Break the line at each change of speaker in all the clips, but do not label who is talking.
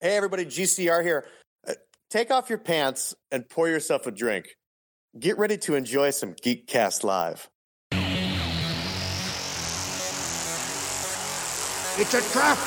Hey, everybody, GCR here. Uh, take off your pants and pour yourself a drink. Get ready to enjoy some GeekCast Live.
It's a trap!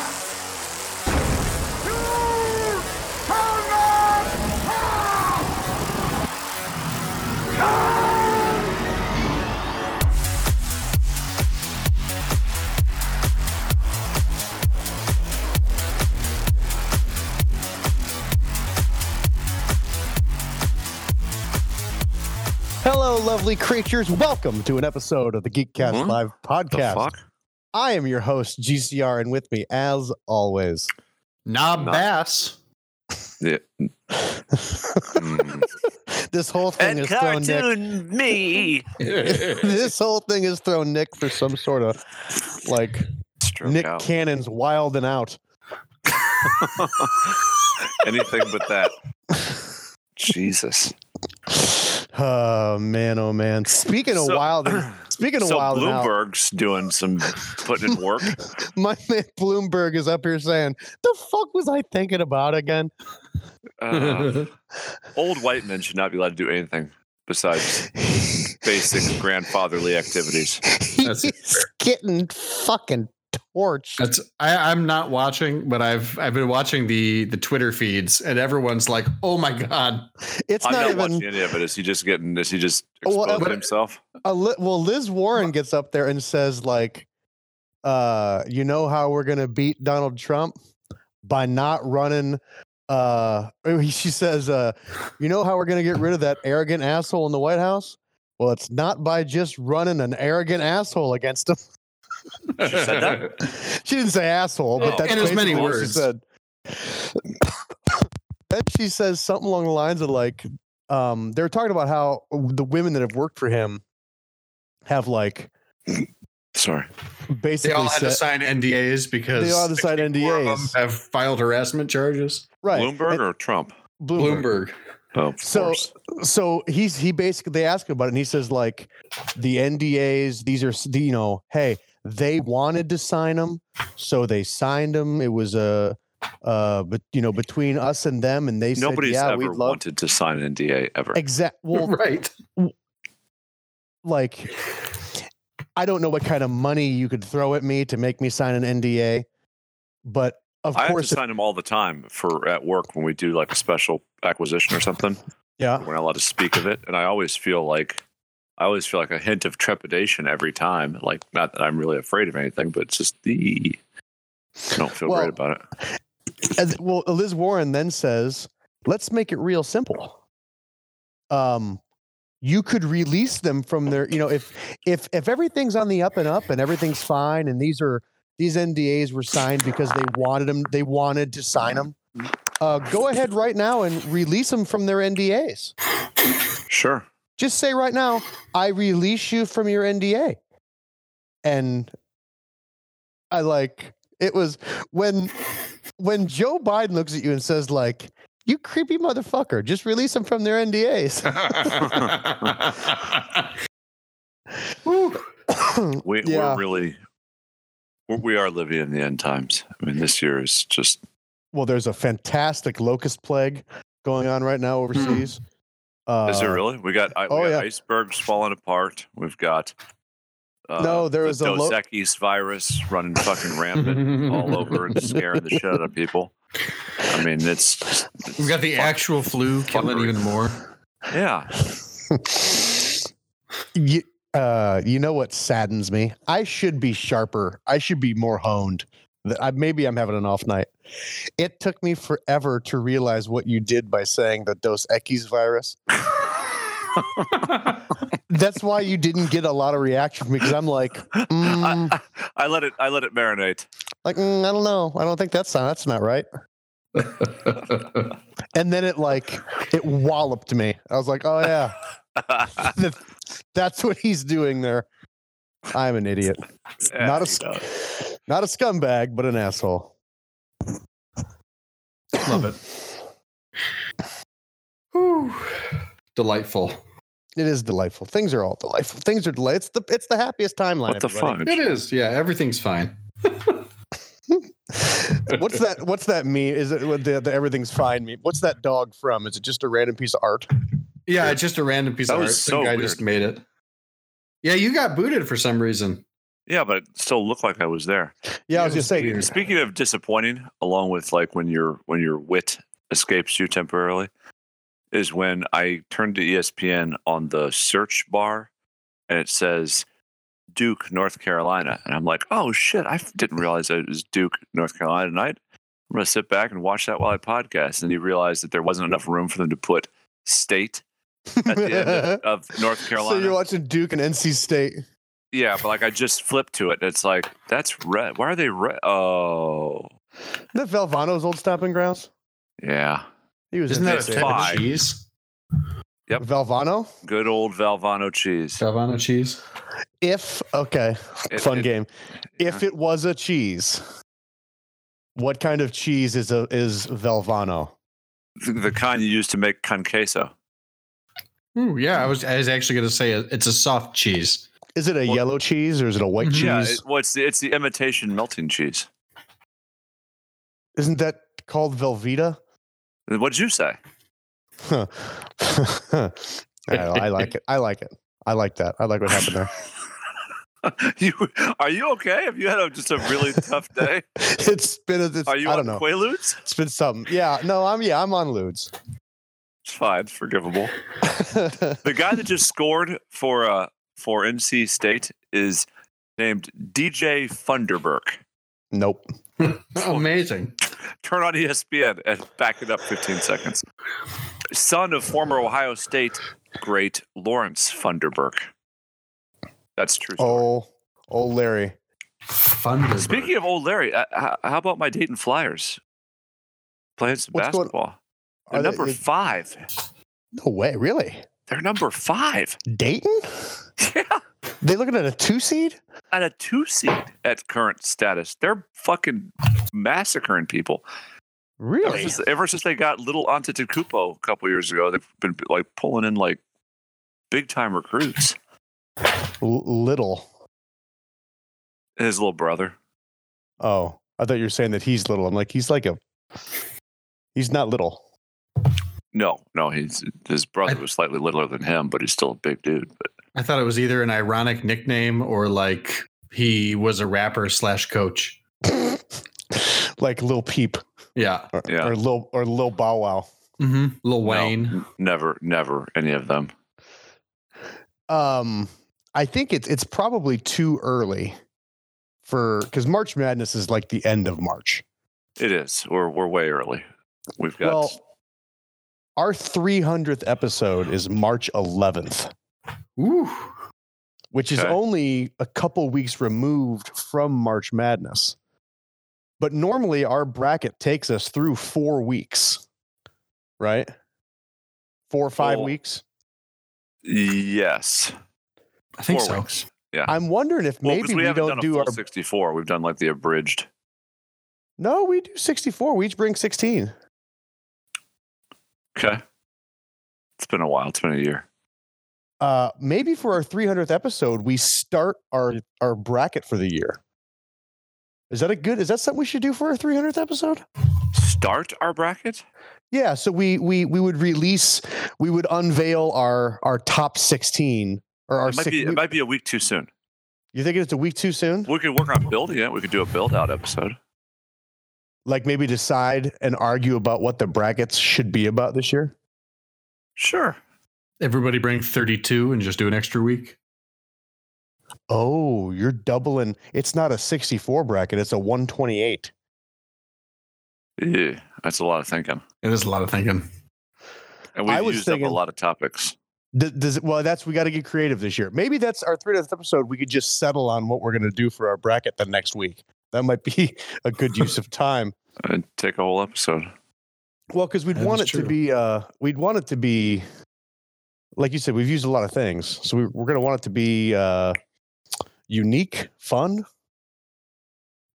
Hello, lovely creatures. Welcome to an episode of the Geekcast
What
Live
The
podcast.
fuck?
I am your host, GCR, and with me, as always,
Knob
Knob-
Bass.
Mm.
this whole thing is thrown Nick.
me.
This whole thing is thrown Nick for some sort of like
Stroke
Nick
out.
Cannon's wild and out.
Anything but that. Jesus.
Oh man, oh man. Speaking of
So-
wild and speaking of
so
wild and out,
Bloomberg's doing some putting in work.
my man Bloomberg is up here saying, The fuck was I thinking about again?
Uh, old white men should not be allowed to do anything besides basic grandfatherly activities.
That's
He's getting fucking torched.
That's I, I'm not watching, but I've I've been watching the the Twitter feeds, and everyone's like, "Oh my god!"
It's
I'm
not,
not
even
watching any of it. Is he just getting? Is he just
Well, uh,
exposing
but-
himself?
a li- well liz warren gets up there and says like uh you know how we're gonna beat donald trump by not running uh or he- she says uh you know how we're gonna get rid of that arrogant asshole in the white house well it's not by just running an arrogant asshole against him
said that?
she didn't say asshole but
Oh.
that's
In as many
basically what
words.
she said then she says something along the lines of like um they're talking about how the women that have worked for him have like
Sorry.
basically
they all had to sign
said-
NDAs because
They all had to sign
64 of them
NDAs.
Have filed harassment charges.
right
Bloomberg or Trump?
and Bloomberg.
Bloomberg.
Oh, of
So
course.
so he's he basically they ask him about it and he says like the NDAs these are s- the- you know hey they wanted to sign them so they signed them it was a uh but you know between us and them and they
Nobody's
said yeah
ever
we'd love
wanted to sign an NDA ever.
exact well
right.
like I don't know what kind of money you could throw at me to make me sign an NDA but of
I have to
course it-
sign them all the time for at work when we do like a special acquisition or something.
yeah
We're not allowed to speak of it, and I always feel like I always feel like a hint of trepidation every time. Like not that I'm really afraid of anything, but it's just the I don't feel
Well,
great about it.
And th- well, Liz Warren then says, "Let's make it real simple. Um, you could release them from their, you know, if if if everything's on the up and up and everything's fine, and these are these NDAs were signed because they wanted them, they wanted to sign them. Uh, go ahead right now and release them from their NDAs.
Sure.
Just say right now, I release you from your NDA." And I like it was when when Joe Biden looks at you and says like, "You creepy motherfucker, just release them from their NDAs."
Woo.
We,
Yeah.
We're really we're, we are living in the end times. I mean, this year is just
well, there's a fantastic locust plague going on right now overseas. Uh,
is it really? We got, I,
oh,
we
yeah.
got icebergs falling apart. We've got uh,
No, there
the
was a
Dos
lo-
Equis virus running fucking rampant. all over and scaring the shit out of people. I mean, it's
We've got the actual flu killing
fuckery.
even more.
yeah.
You, uh, you know what saddens me? I should be sharper. I should be more honed. Th- I, maybe I'm having an off night. It took me forever to realize what you did by saying the Dos Equis virus. That's why you didn't get a lot of reaction from me because I'm like, mm,
I, I let it. I let it marinate.
like mm, I don't know. I don't think that's not, that's not right. And then it like it walloped me. I was like, oh yeah, that's what he's doing there. I'm an idiot. Not a
you know.
sc- not a scumbag, but an asshole.
Love it. Woo. Delightful.
It is delightful. Things are all delightful. Things are delightful. It's the it's the happiest timeline.
What the
everybody.
fuck?
It is. Yeah, everything's fine.
what's that? What's that meme? Is it what the, the everything's fine meme? What's that dog from? Is it just a random piece of art?
Yeah, it's just a random piece
That
of
was
art. Some
so
guy
weird.
just made it. Yeah, you got booted for some reason.
Yeah, but it still looked like I was there.
Yeah, I
It
was
was
just saying.
weird.
Speaking of disappointing, along with like when your when your wit escapes you temporarily, is when I turned to E ESPN on the search bar, and it says Duke, North Carolina, and I'm like, oh shit, I f- didn't realize it was Duke, North Carolina tonight. I'm gonna sit back and watch that while I podcast, and you realize that there wasn't enough room for them to put state at the end of, of North
so
Carolina.
you're watching Duke and NC State.
Yeah, but like I just flipped to it. And it's like that's red. Why are they red? Oh,
Isn't that Valvano's old stomping grounds?
yeah.
He was
Isn't that
in
a
NC
type
State.
Five.
of cheese?
Yep.
Valvano?
Good old Valvano cheese.
Salvano cheese.
If okay,
It-
fun
it-
game. If it was a cheese, what kind of cheese is a is Valvano?
the, the kind you use to make con queso.
Ooh, yeah, I was I was actually gonna say it- it's a soft cheese.
Is it a
Well-
yellow cheese or is it a white
Mhm.
cheese?
Yeah, it, well, it's the it's the imitation melting cheese.
Isn't that called Velveeta?
What'd you say?
Huh. I, I like it. I like it. I like that. I like what happened there.
you are you okay? Have you had a, just a really tough day?
It's been. A, it's,
Are you
I
on
don't know.
Quaaludes?
It's been something. Yeah. No. I'm. Yeah. I'm on lewds.
It's fine. It's forgivable. The guy that just scored for uh for NC State is named DJ Funderburk.
nope.
Amazing.
turn on E ESPN and back it up 15 seconds. Son of former Ohio State great Lawrence Funderburk. That's true. story.
Oh. Oh, Larry.
Fun.
Speaking of old Larry, uh, h- how about my Dayton Flyers playing some
What's going-
basketball?
Are
They're
they-
number
they-
five.
No way. Really.
They're number five.
Dayton?
Yeah,
They looking at a two seed?
at a two seed at current status. They're fucking massacring people. Ever
Really?
since, ever since they got little Antetokounmpo a couple years ago, they've been like pulling in like big time recruits.
L- little.
His little brother.
Oh, I thought you were saying that he's little. I'm like, he's like a. He's not little.
No, no, he's his brother was slightly littler than him, but he's still a big dude. But
I thought it was either an ironic nickname or like he was a rapper slash coach.
like Lil Peep
Yeah.
or,
Yeah.
or Lil or Lil Bow Wow.
Mm-hmm. Lil
no,
Wayne.
n- never, never any of them.
Um, I think it's it's probably too early for because March Madness is like the end of March.
It is. We're we're way early. We've got
Well, our 300th episode is March 11th,
Ooh.
which is
Okay.
only a couple weeks removed from March Madness. But normally our bracket takes us through four weeks, right? Four or five
Well,
weeks.
yes,
I think
four
so.
weeks. Yeah,
I'm wondering if
Well, 'cause
maybe
we,
we,
haven't
don't
done a
do
full
our.
64. We've done like the abridged.
No, we do 64. We each bring 16.
Okay, it's been a while. It's been a year.
Uh, maybe for our 300th episode, we start our our bracket for the year. Is that a good? Is that something we should do for our 300th episode?
Start our bracket.
Yeah. So we we we would release, we would unveil our our top 16 or our.
It might
six-
be. It
we-
might be a week too soon.
you think it's a week too soon?
We could work on building it. We could do a build out episode.
Like maybe decide and argue about what the brackets should be about this year.
Sure.
Everybody bring 32 and just do an extra week.
Oh, you're doubling. It's not a 64 bracket. It's a 128.
Yeah, that's a lot of thinking,
It is a lot of thinking.
and
I
we've
was
used up
thinking-
a lot of topics.
Th- Does it, well, that's we got to get creative this year. Maybe that's our 300th episode. We could just settle on what we're going to do for our bracket the next week. That might be a good use of time.
It'd take a whole episode.
Well, because we'd
That
want it
is
to
true.
be, uh, we'd want it to be, like you said, we've used a lot of things, so we, we're going to want it to be uh, unique, fun.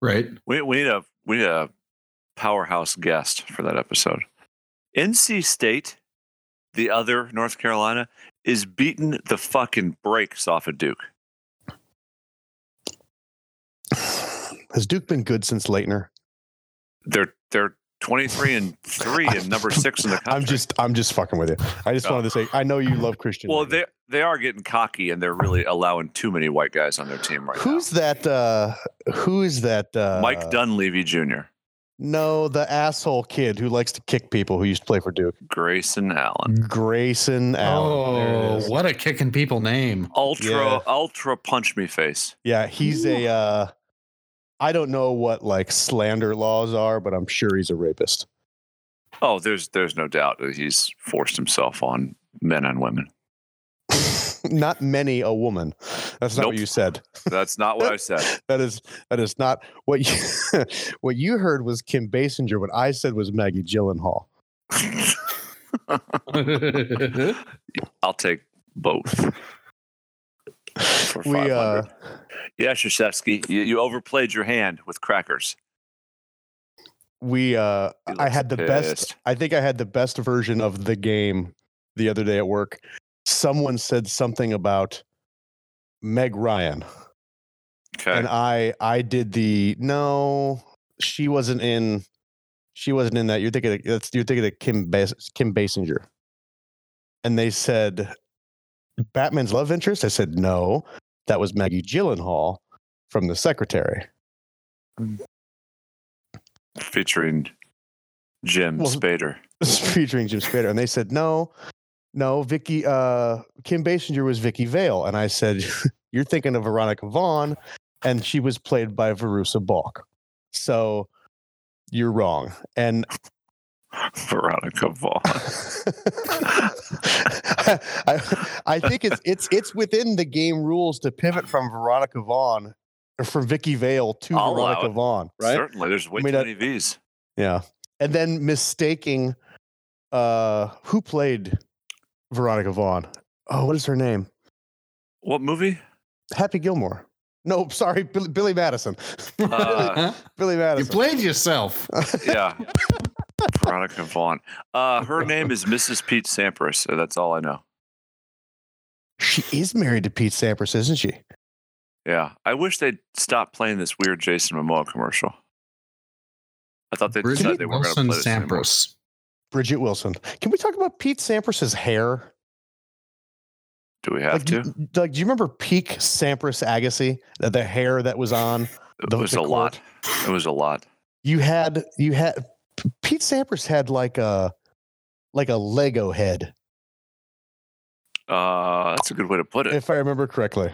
Right.
We, we need a we need a powerhouse guest for that episode. NC State, the other North Carolina, is beating the fucking brakes off of Duke.
Has Duke been good since Leitner?
They're they're 23 and three and number six in the country.
I'm just I'm just fucking with you. I just
No.
wanted to say I know you love Christian.
well,
radio.
they they are getting cocky and they're really allowing too many white guys on their team right
who's that? uh Who is that? uh
now. Mike Dunleavy Jr.,
No, the asshole kid who likes to kick people who used to play for Duke.
Grayson Allen, Oh,
Grayson Allen. There it
Oh,
is.
what a kicking people name.
ultra
Yeah.
ultra punch me face.
Yeah, he's a. uh I don't know what like slander laws are, but I'm sure he's a rapist.
Oh, there's there's no doubt that he's forced himself on men and women.
not many a woman. That's not
Nope.
what you said.
That's not what I said.
That is that is not what you what you heard was Kim Basinger. What I said was Maggie Gyllenhaal.
I'll take both. For
We
500.
uh,
yeah, Shashevsky, you, you overplayed your hand with crackers.
we uh,
He
I
looks
had the
pissed.
best. I think I had the best version of the game the other day at work. Someone said something about Meg Ryan,
Okay.
and I I did the no. She wasn't in. She wasn't in that. You're thinking of, that's you're thinking of Kim Bas- Kim Basinger. And they said, Batman's love interest. I said no, that was Maggie Gyllenhaal from The Secretary.
Featuring Jim
Well,
Spader.
featuring Jim Spader, and they said no, no. Vicky, uh, Kim Basinger was Vicky Vale, and I said you're thinking of Veronica Vaughn, and she was played by Verusa Balk. So you're wrong. And
Veronica Vaughn.
I, I think it's it's it's within the game rules to pivot from Veronica Vaughn or from Vicky Vale to
I'll allow
Veronica
it.
Vaughn, right?
Certainly, there's way
I mean,
too
I-
many V's.
Yeah. And then mistaking uh who played Veronica Vaughn? Oh, what is her name?
What movie?
Happy Gilmore. No, sorry, Billy, Billy Madison.
Uh,
Billy
you
Madison.
played yourself.
Yeah. Veronica Vaughn. Uh, her name is Mrs. Pete Sampras. and That's all I know.
she is married to Pete Sampras, isn't she?
Yeah. I wish they'd stop playing this weird Jason Momoa commercial. I thought they decided they weren't going to
Wilson
play this anymore.
Sampras.
Bridget Wilson. Can we talk about Pete Sampras's hair?
Do we have
like,
to?
Do, you- like, do you remember peak Sampras Agassi? The, the hair that was on.
It
the-
was
the
a
court?
lot. It was a lot.
You had you had P- Pete Sampras had like a like a Lego head,
Uh, that's a good way to put it.
if I remember correctly.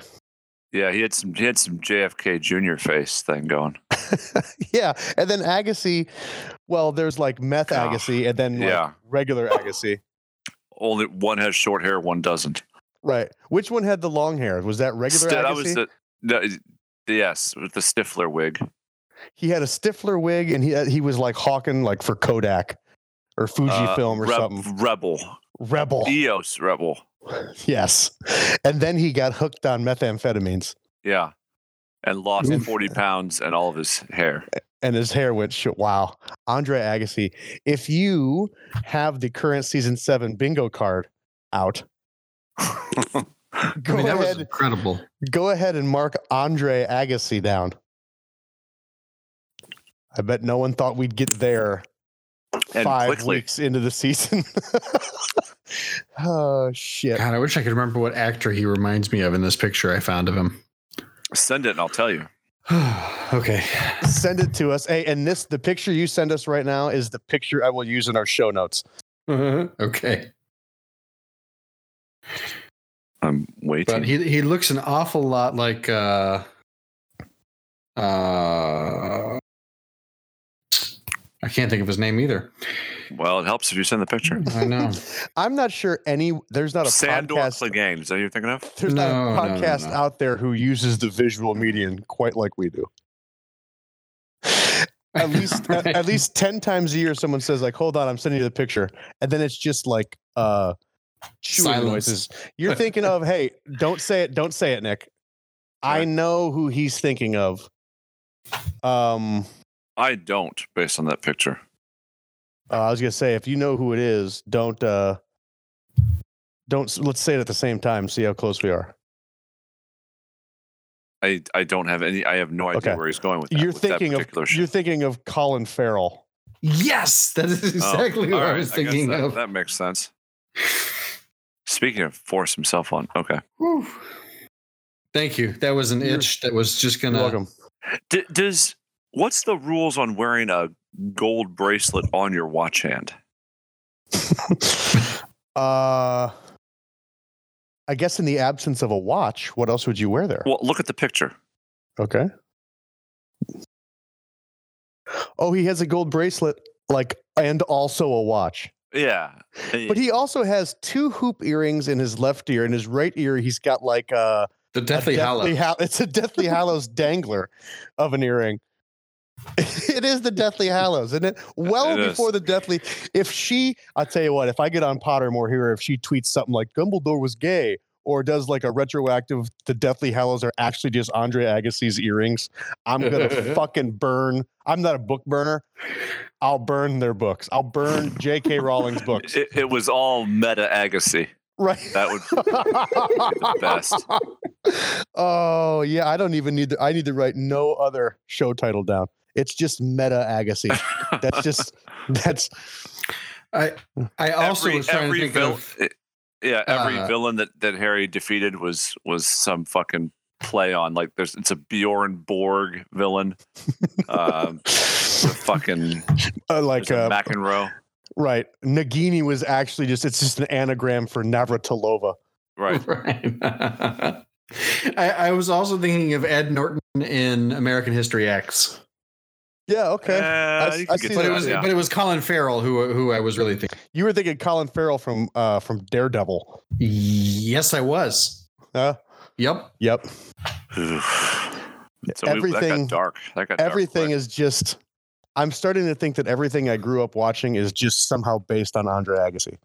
yeah, he had some he had some JFK Jr. face thing going.
yeah, and then Agassi. Well, there's like meth
Ah,
Agassi, and then like,
yeah.
regular Agassi.
Only one has short hair, one doesn't.
Right. Which one had the long hair? Was that regular
Sti-
Agassi?
that was the, no, it- yes, with the Stifler wig.
he had a Stifler wig, and he uh, he was like hawking like for Kodak or
Uh,
Fujifilm or
Reb-
something.
Rebel.
Rebel.
EOS Rebel.
yes. And then he got hooked on methamphetamines,
Yeah. And lost
Oof.
40 pounds and all of his hair.
and his hair went sh- wow. Andre Agassi. If you have the current season seven bingo card out,
I
go
mean, that was
ahead.
incredible.
Go ahead and mark Andre Agassi down. I bet no one thought we'd get there
And
five
quickly.
weeks into the season. oh shit!
God, I wish I could remember what actor he reminds me of in this picture I found of him.
Send it and I'll tell you.
okay.
Send it to us. Hey, and this the picture you send us right now is the picture I will use in our show notes.
okay.
I'm waiting.
But he he looks an awful lot like uh uh I can't think of his name either.
well, it helps if you send the picture.
I know.
I'm not sure any. There's not a
Sandor
podcast.
Clegane. Is that what you're thinking of?
There's
No,
not
no, no,
a podcast
no.
out there who uses the visual medium quite like we do. at least at, at least 10 times a year someone says like hold on i'm sending you the picture and then it's just like uh chewing
Silence.
noises you're thinking of hey don't say it don't say it nick i
Right.
know who he's thinking of um
I don't, based on that picture.
uh, i was gonna say if you know who it is don't uh don't s- let's say it at the same time see how close we are
I, I don't have any. I have no idea
Okay.
where he's going with that.
You're
with that
thinking of
particular shit.
you're thinking of Colin Farrell.
Yes, that is
Oh,
exactly
all
what I
right,
was
guess
thinking
that,
of.
That makes sense. Speaking of force himself on, okay.
Whew. Thank you. That was an
You're-
itch that was just
You're
gonna.
welcome.
D- does what's the rules on wearing a gold bracelet on your watch hand?
uh, I guess in the absence of a watch, what else would you wear there?
Well, look at the picture.
Okay. Oh, he has a gold bracelet, like, and also a watch.
Yeah,
But he also has two hoop earrings in his left ear. In his right ear, he's got like uh,
The
a
Deathly Hallow.
Hal- it's a Deathly Hallows dangler of an earring. it is the Deathly Hallows, isn't it? Well
It is.
before the Deathly. If she, I tell you what, if I get on Pottermore here, if she tweets something like Dumbledore was gay or does like a retroactive, the Deathly Hallows are actually just Andre Agassi's earrings, I'm going to fucking burn. I'm not a book burner. I'll burn their books. I'll burn J.K. Rowling's books.
It, it was all meta Agassi.
Right.
That would
best. Oh yeah, I don't even need to. I need to write no other show title down. It's just Meta Agassi. That's just that's
I I also was trying to think
vil-
of.
it- yeah, every
uh,
villain that, that Harry defeated was was some fucking play on like there's it's a Bjorn Borg villain. Um the fucking
uh,
like
like uh,
McEnroe.
right. Nagini was actually just. It's just an anagram for Navratilova.
Right.
Right. I, I was also thinking of Ed Norton in American History X,
Yeah. Okay.
Uh, you
I
could
see
get
that.
but
that,
it was
yeah.
but it was Colin Farrell who who I was really thinking.
You were thinking Colin Farrell from uh from Daredevil.
Yes, I was.
Uh,
Yep.
yep.
so we- that
everything-
got dark. That got dark
Everything
quick.
is just. I'm starting to think that everything I grew up watching is just somehow based on Andre Agassi.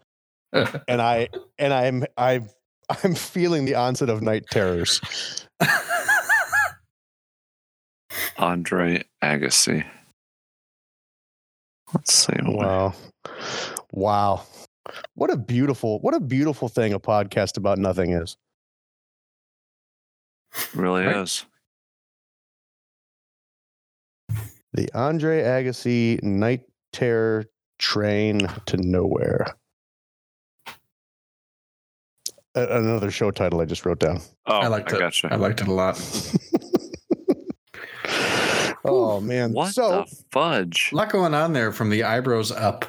and I and I'm I'm I'm feeling the onset of night terrors.
Andre Agassi. Let's see.
Oh, Wow. Wow. What a beautiful what a beautiful thing a podcast about nothing is.
It really
Right.
is.
The Andre Agassi night terror train to nowhere. A- another show title I just wrote down.
Oh, I,
liked it.
gotcha.
I liked it a lot.
oh man.
What
so
the fudge?
A lot going on there from the eyebrows up.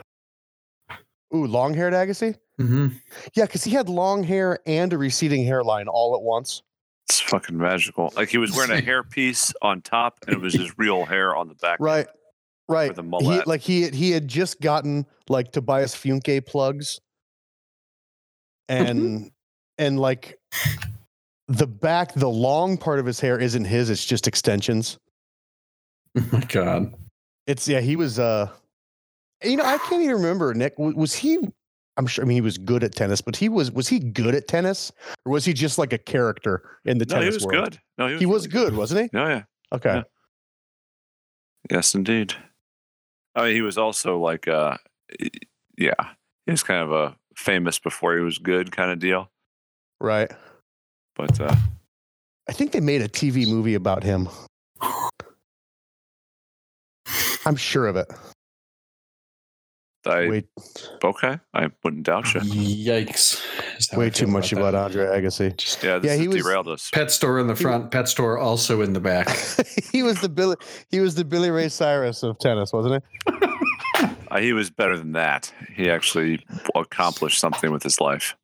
ooh, long haired Agassi?
Mm-hmm.
Yeah, because he had long hair and a receding hairline all at once.
It's fucking magical. Like he was wearing a hairpiece on top, and it was his real hair on the back.
Right. Right.
With a
he,
mullet.
like he had- he had just gotten like Tobias Funke plugs
Mm-hmm.
and and like the back the long part of his hair isn't his it's just extensions
Oh my god.
it's yeah he was uh you know I can't even remember Nick was, was he I'm sure I mean he was good at tennis but he was was he good at tennis or was he just like a character in the
no, he
tennis
was
world
good. No, he was,
he was
really Oh,
good wasn't he
Yeah, yeah.
okay
Yeah. Yes, indeed. I mean, he was also like, uh, y- yeah, he was kind of a famous before he was good kind of deal.
right
But uh,
I think they made a TV movie about him I'm sure of it
I
wait
okay, I wouldn't doubt you.
Yikes. Is how I
way
feel
too much about,
that.
Andre Agassi.
Yeah, this
Yeah,
has
he was-
derailed us.
Pet store in the front, pet store also in the back.
he was the Billy. He was the Billy Ray Cyrus of tennis, wasn't he?
Uh, he was better than that. He actually accomplished something with his life,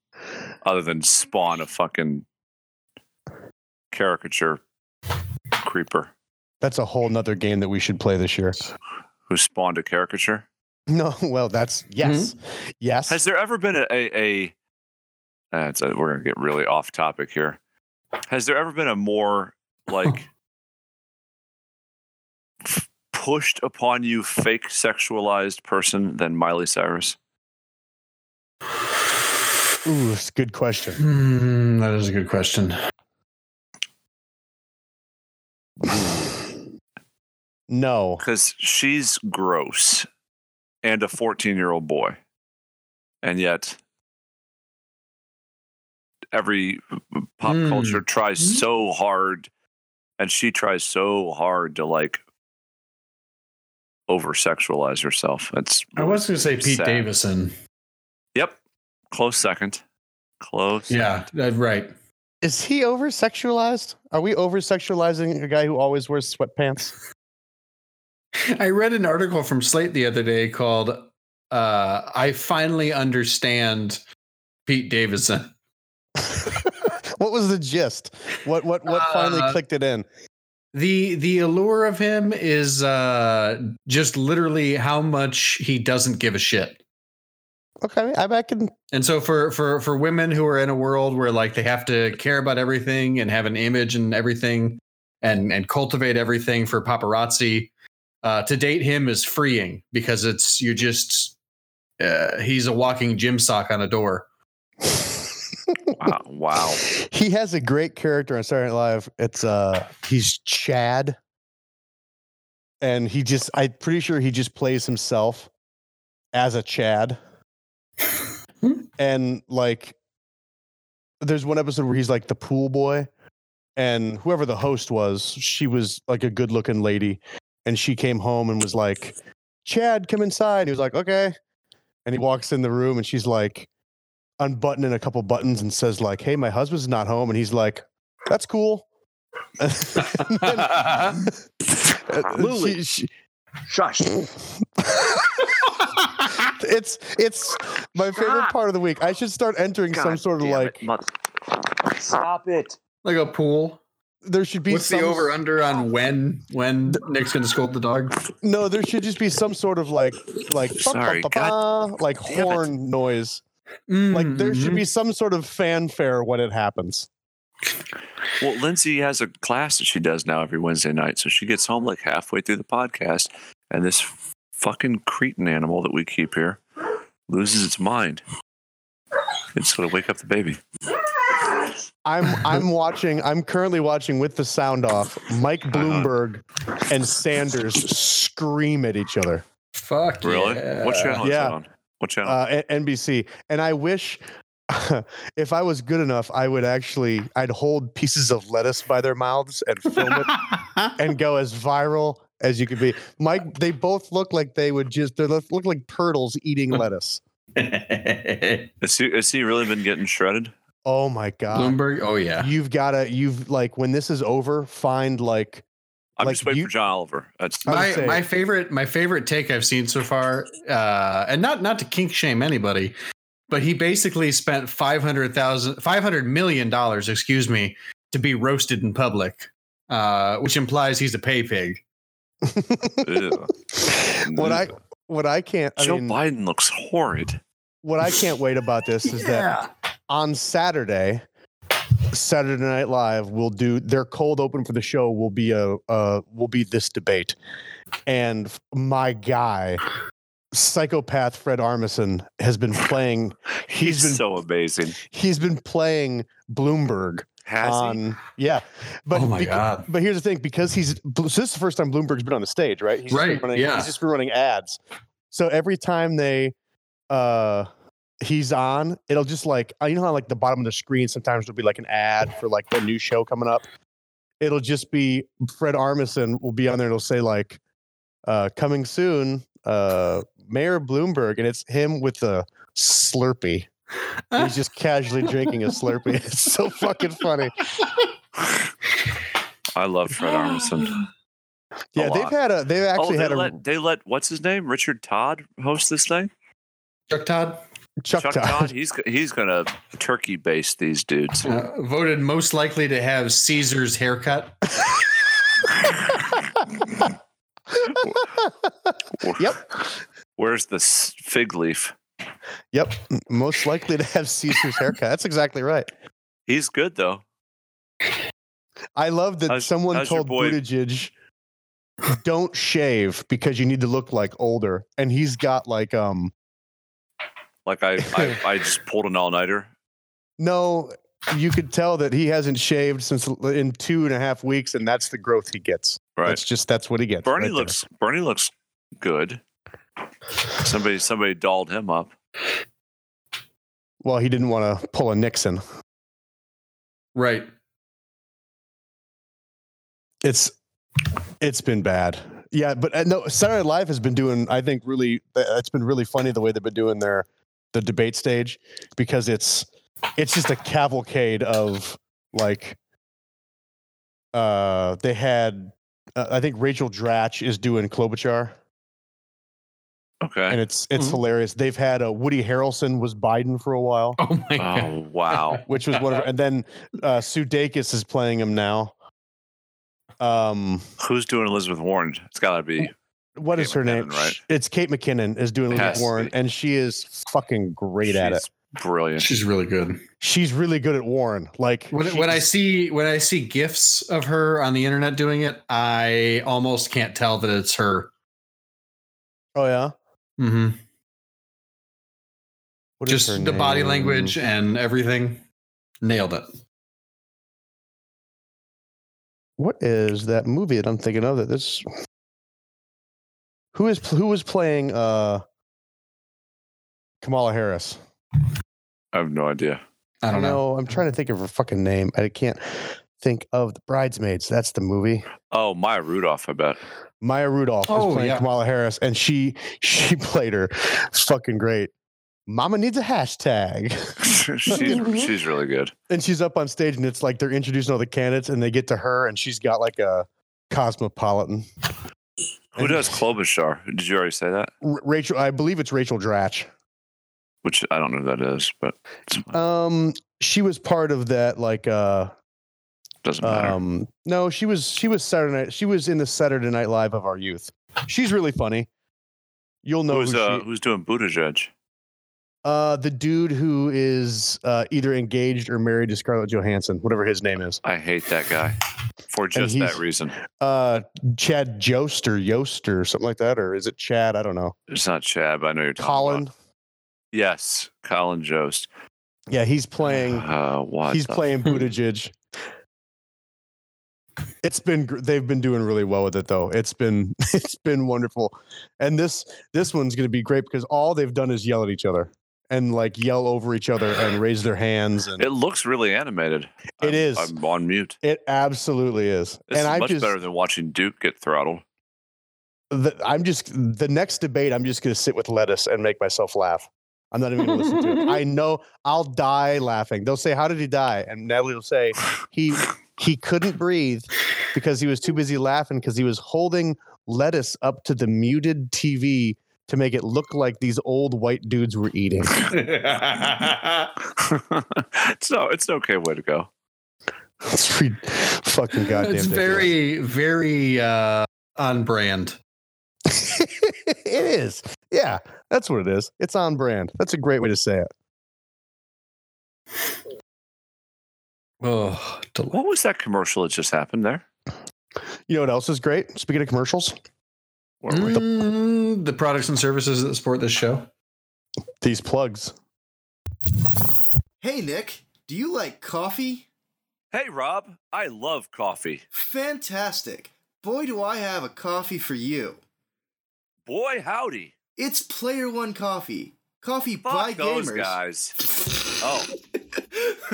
other than spawn a fucking caricature creeper
That's a whole nother game that we should play this year.
who spawned a caricature.
No, well, that's yes, yes.
Has there ever been a a, a, uh, it's a we're gonna get really off topic here. Has there ever been a more like f- pushed upon you fake sexualized person than Miley Cyrus?
Ooh, it's a good question.
Hmm, that is a good question.
no,
because she's gross and a 14 year old boy and yet every pop
Hmm.
culture tries so hard and she tries so hard to like over sexualize herself. It's
I was going to say Pete
Sad.
Davison.
yep, close second, close.
Yeah, that- right.
Is he over sexualized? Are we over sexualizing a guy who always wears sweatpants?
I read an article from Slate the other day called uh, "I Finally Understand Pete Davison."
what was the gist? What what what finally
Uh,
clicked it in?
the The allure of him is uh, just literally how much he doesn't give a shit.
Okay, I, I can.
And so for for for women who are in a world where like they have to care about everything and have an image and everything and and cultivate everything for paparazzi, uh, to date him is freeing because it's you're just uh, he's a walking gym sock on a door.
Wow. wow.
He has a great character on Saturday Night Live. It's uh, he's Chad, and he just. I'm pretty sure he just plays himself as a Chad, and like, there's one episode where he's like the pool boy, and whoever the host was, she was like a good-looking lady, and she came home and was like, "Chad, come inside." He was like, "Okay," and he walks in the room, and she's like unbuttoning a couple buttons and says like, "Hey, my husband's not home," and he's like, "That's cool." And then-
Absolutely.
Uh, she- she-
Shush.
it's it's my favorite part of the week. I should start entering some sort of like
Stop it.
Like a pool.
there should be
What's
some,
the over under on when when Nick's gonna scold the dog?
no there should just be some sort of like like ba- ba-
Sorry,
ba- ba, like
damn it.
horn noise. Like there
Hmm.
should be some sort of fanfare when it happens.
Well, Lindsay has a class that she does now every Wednesday night, so she gets home like halfway through the podcast, and this fucking cretin animal that we keep here loses its mind. It's gonna wake up the baby.
I'm I'm watching. I'm currently watching with the sound off. Mike Bloomberg and Sanders scream at each other.
Mm-hmm. Fuck
Really?
yeah.
What channel is
Yeah.
it on? What channel?
Uh, N- NBC. And I wish, if I was good enough, I would actually I'd hold pieces of lettuce by their mouths and film it and go as viral as you could be. Mike, they both look like they would just they look look like turtles eating lettuce.
is, he, is he really been getting shredded?
Oh my god.
Bloomberg. Oh yeah.
You've gotta you've like when this is over, find like
I'm
Like
just waiting
you-
for John Oliver. That's
I would
my,
say-
my favorite my favorite take I've seen so far, uh, and not not to kink shame anybody, but he basically spent five hundred thousand five hundred million dollars, excuse me, to be roasted in public, uh, which implies he's a pay pig.
ew.
what I what I can't I
Joe
mean,
Biden looks horrid.
what I can't wait about this is that on Saturday, Saturday Night Live will do their cold open for the show will be a uh, will be this debate, and f- my guy, psychopath Fred Armisen has been playing. He's
He's
been
so amazing.
he's been playing Bloomberg
Has he?
on yeah, but
oh my
beca-
god!
But here's the thing: because he's so this is the first time Bloomberg's been on the stage, right? He's just been
Right,
running-
yeah.
He's just been running ads. So every time they, uh, he's on, it'll just like uh, you know how like the bottom of the screen sometimes there'll be like an ad for like the new show coming up. It'll just be Fred Armisen will be on there. and It'll say like, uh, coming soon, uh, Mayor Bloomberg, and it's him with the Slurpee. And He's just casually drinking a Slurpee. It's so fucking funny.
I love Fred Armisen.
Yeah, they've
lot.
had a they've actually
oh, they
had a
let they let what's his name Richard Todd host this thing.
Chuck Todd
Chuck, Todd.
he's he's gonna turkey base these dudes.
uh, voted most likely to have Caesar's haircut.
Yep.
Where's the s- fig leaf?
Yep. Most likely to have Caesar's haircut. That's exactly right.
He's good though.
I love that
How's-
someone
how's your
told
boy-
Buttigieg, "Don't shave because you need to look like older," and he's got like um
Like I I, I just pulled an all nighter.
no. You could tell that he hasn't shaved since l- in two and a half weeks, and that's the growth he gets.
Right.
That's just that's what he gets. right
Bernie
there.
looks Bernie looks good. Somebody somebody dolled him up.
well. He didn't want to pull a Nixon.
Right.
It's it's been bad. Yeah, but uh, no, Saturday Night Live has been doing. I think really, uh, it's been really funny the way they've been doing their the debate stage because it's it's just a cavalcade of like. Uh, they had. Uh, I think Rachel Dratch is doing Klobuchar,
Okay.
and it's it's
Mhm.
hilarious. They've had uh, Woody Harrelson was Biden for a while,
Oh my god.
Oh wow.
which was one of, and then uh, Sudeikis is playing him now. Um,
Who's doing Elizabeth Warren? It's gotta be
what is
Kate
her name?
McKinnon, right?
Sh- It's Kate McKinnon is doing
It
Elizabeth
has to
Warren,
be.
and she is fucking great at it.
She's Brilliant.
She's really good.
She's really good at Warren. Like
When, when I see when I see gifs of her on the internet doing it, I almost can't tell that it's her.
oh yeah,
Mm-hmm.
What is
Just
her
the body
name?
language and everything. Nailed it.
What is that movie that I'm thinking of? That this who is who was playing uh Kamala Harris?
I have no idea.
I don't know.
I'm trying to think of her fucking name. I can't think of the bridesmaids. That's the movie.
Oh, Maya Rudolph, I bet.
Maya Rudolph
Oh,
was playing
yeah.
Kamala Harris, and she she played her It's fucking great. Mama needs a hashtag.
she's she's really good.
and she's up on stage and it's like they're introducing all the candidates and they get to her and she's got like a cosmopolitan
Who does Klobuchar? Did you already say that?
R- rachel i believe it's rachel dratch
Which I don't know who that is, but
um she was part of that like uh
doesn't matter.
um no she was she was saturday night she was in the saturday night live of our youth she's really funny you'll know
who's
who
uh,
she,
who's doing Buttigieg?
uh the dude who is uh either engaged or married to scarlett johansson whatever his name is
I hate that guy for just that
he's-
reason.
uh chad jost or yost or something like that or is it chad i don't know
It's not Chad. But I know you're talking
colin
About. Yes, Colin Jost.
yeah he's playing
Uh, what
he's
the-
playing Buttigieg. It's been gr- they've been doing really well with it though. It's been it's been wonderful, and this this one's going to be great because all they've done is yell at each other and like yell over each other and raise their hands and
It looks really animated.
It
I'm,
is.
I'm on mute.
it absolutely is. and
This is
I
much
just
better than watching Duke get throttled.
the, I'm just the next debate. I'm just going to sit with lettuce and make myself laugh. I'm not even going to listen to it. I know I'll die laughing. They'll say, "How did he die?" And Natalie will say, "He he couldn't breathe because he was too busy laughing because he was holding lettuce up to the muted TV to make it look like these old white dudes were eating."
it's no, it's an okay way to go.
it's pretty fucking goddamn.
it's very, very uh, on brand.
ridiculous. it is. Yeah, that's what it is. It's on brand. That's a great way to say it.
Oh, del-
What was that commercial that just happened there?
You know what else is great? Speaking of commercials,
Where were we?
Mm, the products and services that support this show.
these plugs.
Hey, Nick, do you like coffee?
Hey, Rob, I love coffee.
Fantastic. Boy, do I have a coffee for you.
Boy, howdy.
It's Player One Coffee. Coffee
Fuck
by
those
gamers.
guys. Oh,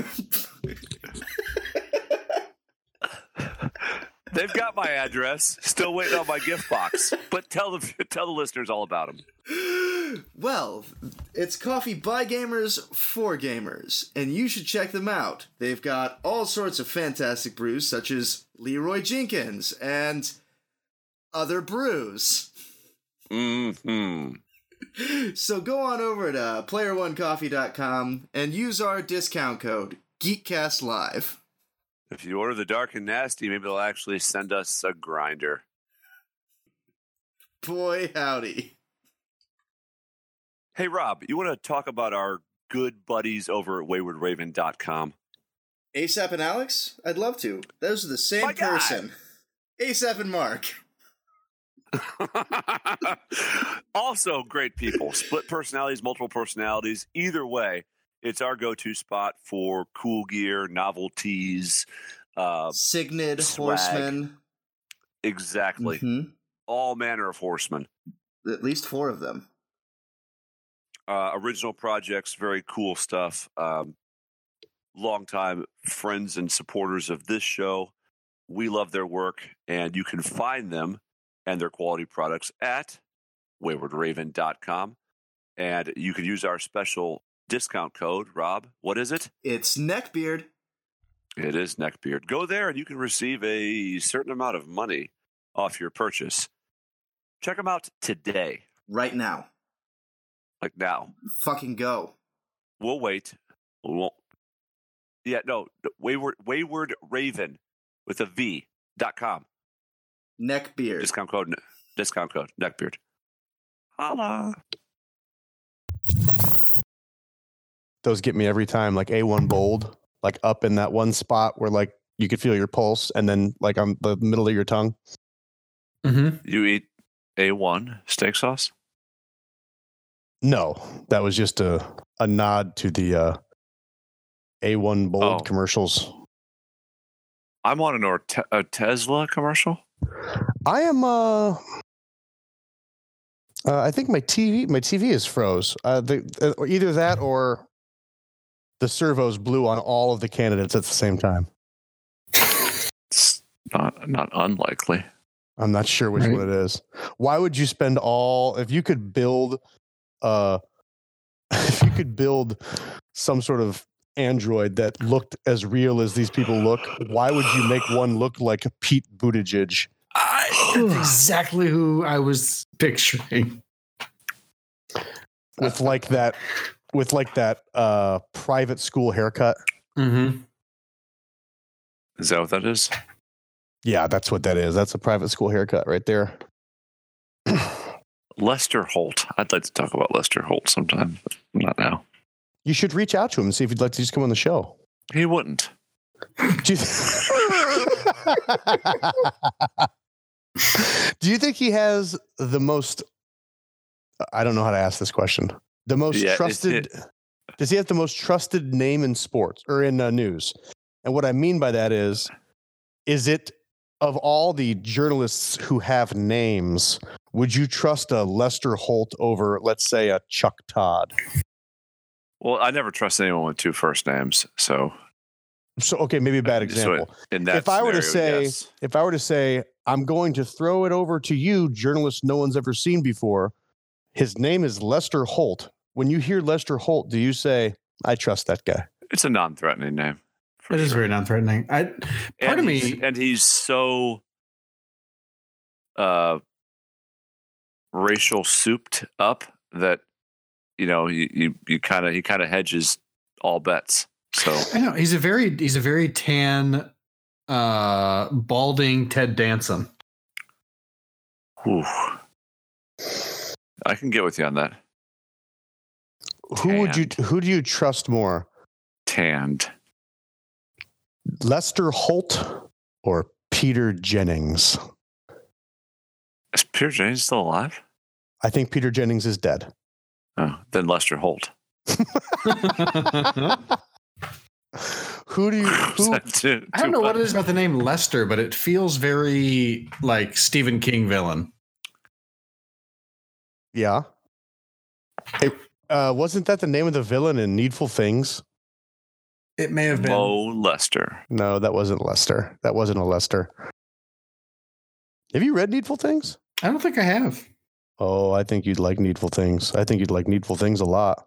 they've got my address. Still waiting on my gift box. But tell the tell the listeners all about them. Oh.
well, it's coffee by gamers for gamers, and you should check them out. They've got all sorts of fantastic brews, such as Leroy Jenkins and other brews.
Mm-hmm.
So go on over to playeronecoffee.com and use our discount code GeekCastLive.
If you order the dark and nasty, maybe they'll actually send us a grinder.
Boy, howdy.
Hey, Rob, you want to talk about our good buddies over at waywardraven.com?
ASAP and Alex? I'd love to. Those are the same
My guy.
person. ASAP and Mark.
also, great people, split personalities, multiple personalities. Either way, it's our go to spot for cool gear, novelties. Uh,
Signet,
Swag.
Horseman.
exactly.
Mhm.
All manner of horsemen.
At least four of them.
uh, original projects, very cool stuff. Um, longtime friends and supporters of this show. We love their work, and you can find them and their quality products at waywardraven.com. And you can use our special discount code, Rob. What is it?
It's neckbeard.
It is Neckbeard. Go there and you can receive a certain amount of money off your purchase. Check them out today,
Right now.
like now.
Fucking go.
We'll wait. We won't. Yeah, no, wayward, wayward raven with a V dot com.
Neckbeard.
Discount code, discount code, neckbeard. Holla.
Those get me every time, like A1 bold, like up in that one spot where like you could feel your pulse and then like on the middle of your tongue.
Mm-hmm.
You eat A1 steak sauce?
No, that was just a, a nod to the uh, A1 bold
Oh.
commercials.
I'm on an Orte- a Tesla commercial.
I am. Uh, uh, I think my TV, my TV is froze. Uh, the, uh, either that or the servos blew on all of the candidates at the same time.
It's not not unlikely.
I'm not sure which
Right.
one it is. Why would you spend all if you could build, uh, if you could build some sort of android that looked as real as these people look? Why would you make one look like Pete Buttigieg?
that's exactly who I was picturing.
with like that with like that uh private school haircut
Mm-hmm.
Is that what that is?
yeah that's what that is that's a private school haircut right there
Lester Holt. I'd like to talk about Lester Holt sometime, but not now.
you should reach out to him and see if he'd like to just come on the show
He wouldn't.
do you, Do you think he has the most i don't know how to ask this question the most
Yeah, it's-
trusted does he have the most trusted name in sports or in uh, news and what i mean by that is is it of all the journalists who have names would you trust a lester holt over let's say a chuck todd
Well, I never trust anyone with two first names. So
so okay maybe a bad
Uh, so it-
example
in that,
If I were to
scenario,
say-
yes.
if I were to say, I'm going to throw it over to you, journalist no one's ever seen before, his name is Lester Holt. When you hear Lester Holt, do you say, I trust that guy?
it's a non-threatening name, for
It is
sure.
very non-threatening. I part
and
of
he's-
me,
and he's so uh, racial souped up that you know you you, you kind of he kind of hedges all bets. So
I know he's a very he's a very tan, uh, balding Ted Danson.
whew. I can get with you on that.
Who would you who do you trust more?
Tanned.
Lester Holt or Peter Jennings?
Is Peter Jennings still alive?
I think Peter Jennings is dead.
Oh, then Lester Holt.
I
Who do you who,
Two-
Mm, don't
two
know what it
buttons.
is about the name Lester, but it feels very like Stephen King villain.
Yeah. It, uh, wasn't that the name of the villain in Needful Things?
It may have been.
Mo Lester.
No, that wasn't Lester. That wasn't a Lester. Have you read Needful Things?
I don't think I have.
Oh, I think you'd like Needful Things. I think you'd like Needful Things a lot.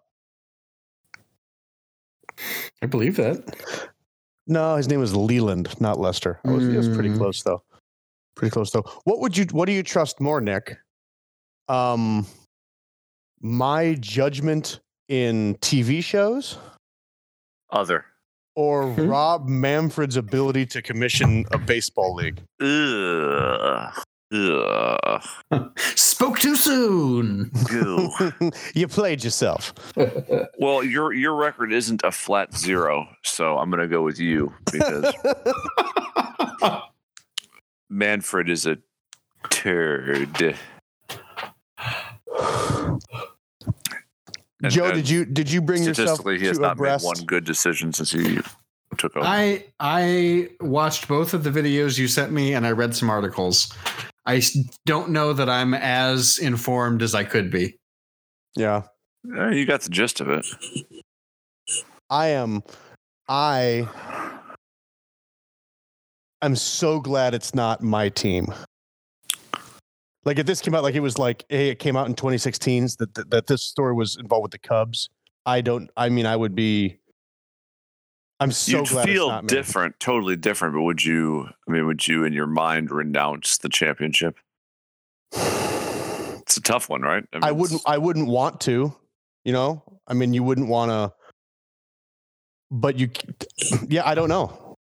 I believe that.
No, his name was Leland, not Lester. I was, it was pretty
Mm.
close though. Pretty close though. What would you what do you trust more, Nick? Um my judgment in TV shows
Other.
or
Hmm?
Rob Manfred's ability to commission a baseball league?
Ugh. Ugh.
Spoke too soon.
Goo.
you played yourself.
well, your your record isn't a flat zero, so I'm gonna go with you because Manfred is a turd. And-
Joe,
and
did you did you bring yourself
statistically, he has
to
not
abreast?
made one good decision since he took over.
I I watched both of the videos you sent me and I read some articles. I s- don't know that I'm as informed as I could be.
Yeah.
Eh, you got the gist of it.
I am I I'm so glad it's not my team. Like if this came out like it was like hey it came out in 2016 that that, that this story was involved with the Cubs. I don't. I mean, I would be. I'm so
You'd
glad it's
feel
not me.
different, totally different. But would you? I mean, would you in your mind renounce the championship? It's a tough one, right? mean,
I wouldn't.
it's-
I wouldn't want to. You know. I mean, you wouldn't want to. But you, yeah, I don't know.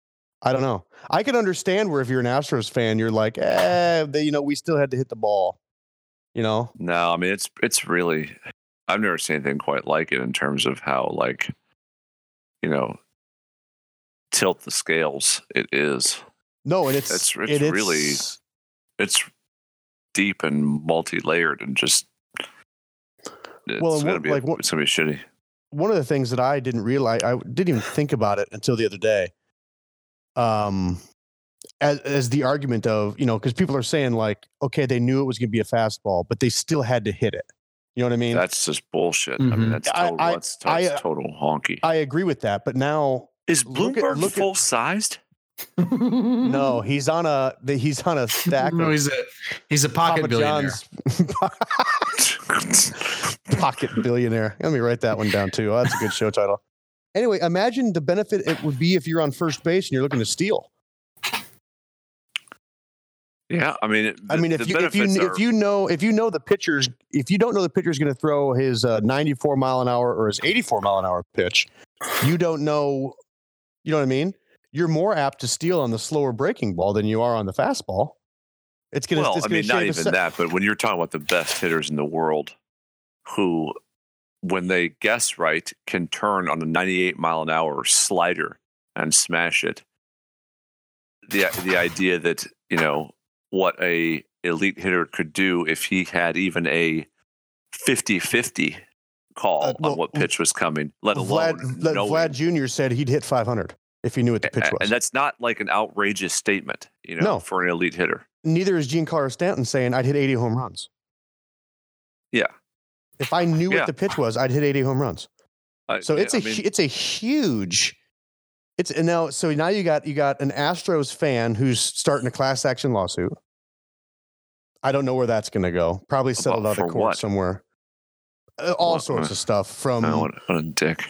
I don't know. I can understand where if you're an Astros fan, you're like, eh, they, you know, we still had to hit the ball. You know,
No, I mean it's it's really. I've never seen anything quite like it in terms of how like, you know, tilt the scales. It is.
no, Oh, and it's
It's-
and
it's really- It's deep and multi-layered and just. It's
Well, and
gonna
what-
be
like, what-
it's gonna be shitty.
one of the things that I didn't realize, I didn't even think about it until the other day. Um, as, as the argument of, you know, because people are saying like, okay, they knew it was going to be a fastball, but they still had to hit it. You know what I mean?
That's just bullshit. I
Mhm.
mean, that's
Mm-hmm. I-
total,
I-
that's, that's
I, uh,
total honky.
I agree with that, but now
Is
look at-
Bloomberg
look at-
full sized?
no, he's on a the- he's on a stack.
Mm-hmm. no,
of
he's a he's a pocket
Papa
billionaire.
John's pocket billionaire. Let me write that one down too. Oh, that's a good show title. Anyway, imagine the benefit it would be if you're on first base and you're looking to steal.
yeah, I mean, it,
I
the-
mean,
the
if you if you
benefits
if
are-
you know if you know the pitcher's if you don't know the pitcher's going to throw his uh, 94 mile an hour or his 84 mile an hour pitch, you don't know. You know what I mean? You're more apt to steal on the slower breaking ball than you are on the fastball. It's gonna.
well,
it's
I
gonna
mean, not
shave a
even
se-
that, but when you're talking about the best hitters in the world, who, when they guess right, can turn on a 98 mile an hour slider and smash it. The the idea that you know what a elite hitter could do if he had even a 50-50 call
Uh, well,
on what pitch was coming, let alone
Vlad, Vlad-
knowing.
Vlad Jr. said he'd hit 500 if he knew what the pitch
A-
was.
And that's not like an outrageous statement, you know,
No.
for an elite hitter.
Neither is Gene Carter Stanton saying I'd hit 80 home runs.
Yeah.
If I knew
Yeah.
what the pitch was, I'd hit 80 home runs.
I-
So
yeah,
it's
I
a
mean,
hu- it's a huge. It's and now so now you got you got an Astros fan who's starting a class action lawsuit. I don't know where that's going to go. Probably settled out
for
of court
what?
somewhere. Uh, all
What-
sorts of stuff from
oh, what, what a dick.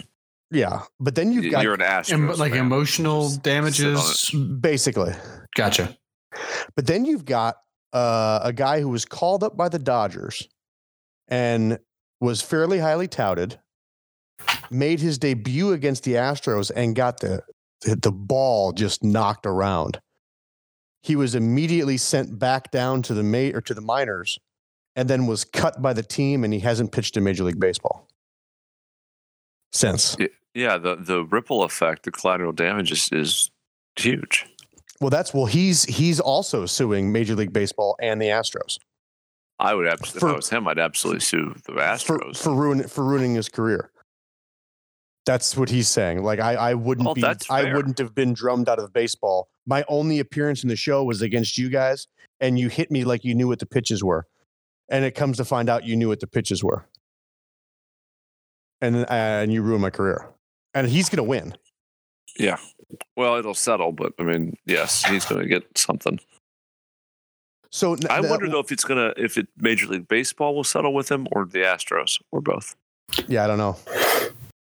yeah, but then you've
Y-
got
You're an Astros.
Em- like
fan.
emotional
Just sit on
damages.
basically
Gotcha.
But then you've got uh, a guy who was called up by the Dodgers and was fairly highly touted, made his debut against the Astros and got the the ball just knocked around. He was immediately sent back down to the ma- or to the minors and then was cut by the team and he hasn't pitched in Major League Baseball since.
Yeah, the, the ripple effect, the collateral damage is, is huge.
Well, that's well he's he's also suing Major League Baseball and the Astros.
I would absolutely, if
For-
I was him, I'd absolutely sue the Astros.
for, for ruin for ruining his career. That's what he's saying. Like I, I wouldn't
Oh,
be
that's
I
fair.
wouldn't have been drummed out of baseball. My only appearance in the show was against you guys, and you hit me like you knew what the pitches were. And it comes to find out you knew what the pitches were. And uh, and you ruined my career. And he's gonna win.
well, it'll settle, but I mean, yes, he's going to get something.
So n-
I
that-
wonder though if it's going to, if it Major League Baseball will settle with him or the Astros or both.
Yeah, I don't know.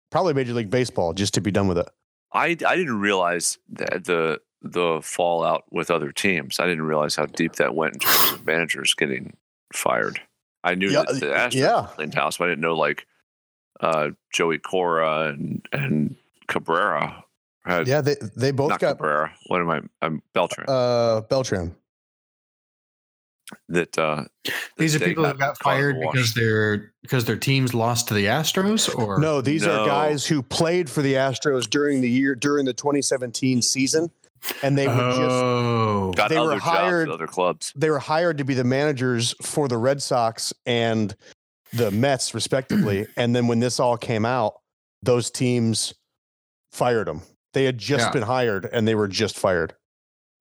Probably Major League Baseball just to be done with it.
I I didn't realize that the the fallout with other teams. I didn't realize how deep that went in terms of managers getting fired. I knew
Yeah, uh,
that the Astros
yeah.
cleaned house, but I didn't know like uh, Joey Cora and and Cabrera had
Yeah, they they both
not
got
Cabrera. What am I? I'm Beltran.
uh Beltran.
that uh,
These are
they
people who got
caught in the
fired
wash.
because their because their teams lost to the Astros, or
No, these
No.
are guys who played for the Astros during the year during the 2017 season, and they were just
oh,
got
they were
other jobs at
hired-
other clubs.
they were hired to be the managers for the Red Sox and the Mets, respectively. and then when this all came out, those teams fired them. They had just
Yeah.
been hired, and they were just fired.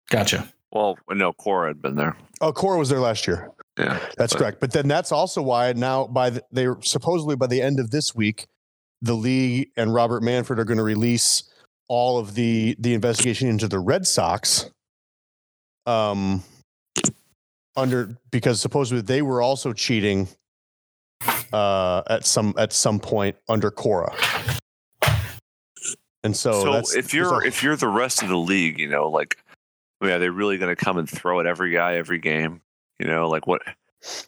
gotcha.
Well, no, Cora had been there.
Oh, Cora was there last year.
Yeah,
That's
But-
correct. But then that's also why now by the, they supposedly by the end of this week, the league and Robert Manfred are going to release all of the the investigation into the Red Sox um under because supposedly they were also cheating uh at some at some point under Cora. And so,
So,
that's-
if you're
there's a-
if you're the rest of the league, you know, like, I mean, are they really going to come and throw at every guy every game? You know, like what?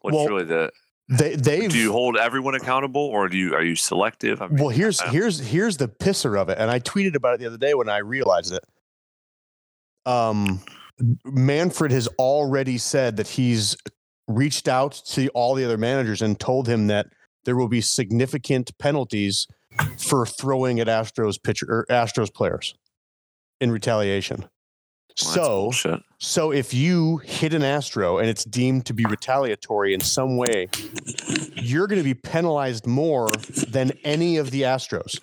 What's
Well,
really the?
they they
Do you hold everyone accountable, or do you are you selective? I mean,
well here's
I don't-
here's here's the pisser of it and i tweeted about it the other day when i realized it um manfred has already said that he's reached out to all the other managers and told him that there will be significant penalties for throwing at astros pitcher or astros players in retaliation
well, that's
so
bullshit.
so if you hit an astro and it's deemed to be retaliatory in some way, you're going to be penalized more than any of the Astros.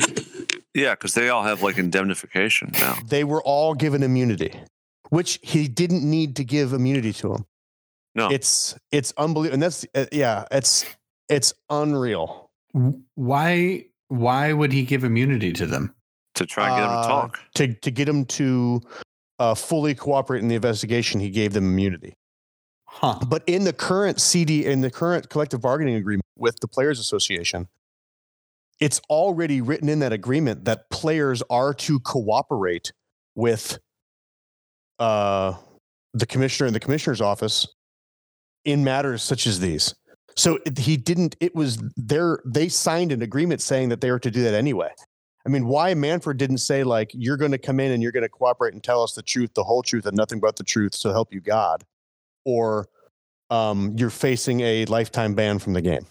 yeah, because they all have like indemnification now.
They were all given immunity, which he didn't need to give immunity to him.
No.
It's it's unbelievable, and that's uh, yeah, it's it's unreal.
Why? Why would he give immunity to them?
to try and get them
Uh,
to talk.
to to get him to uh, fully cooperate in the investigation. He gave them immunity.
Huh?
But in the current CD, in the current collective bargaining agreement with the Players Association, it's already written in that agreement that players are to cooperate with uh, the commissioner and the commissioner's office in matters such as these. So it- he didn't, it was their, they signed an agreement saying that they were to do that anyway. I mean, why Manfred didn't say, like, you're going to come in and you're going to cooperate and tell us the truth, the whole truth, and nothing but the truth, so help you God? Or um, you're facing a lifetime ban from the game.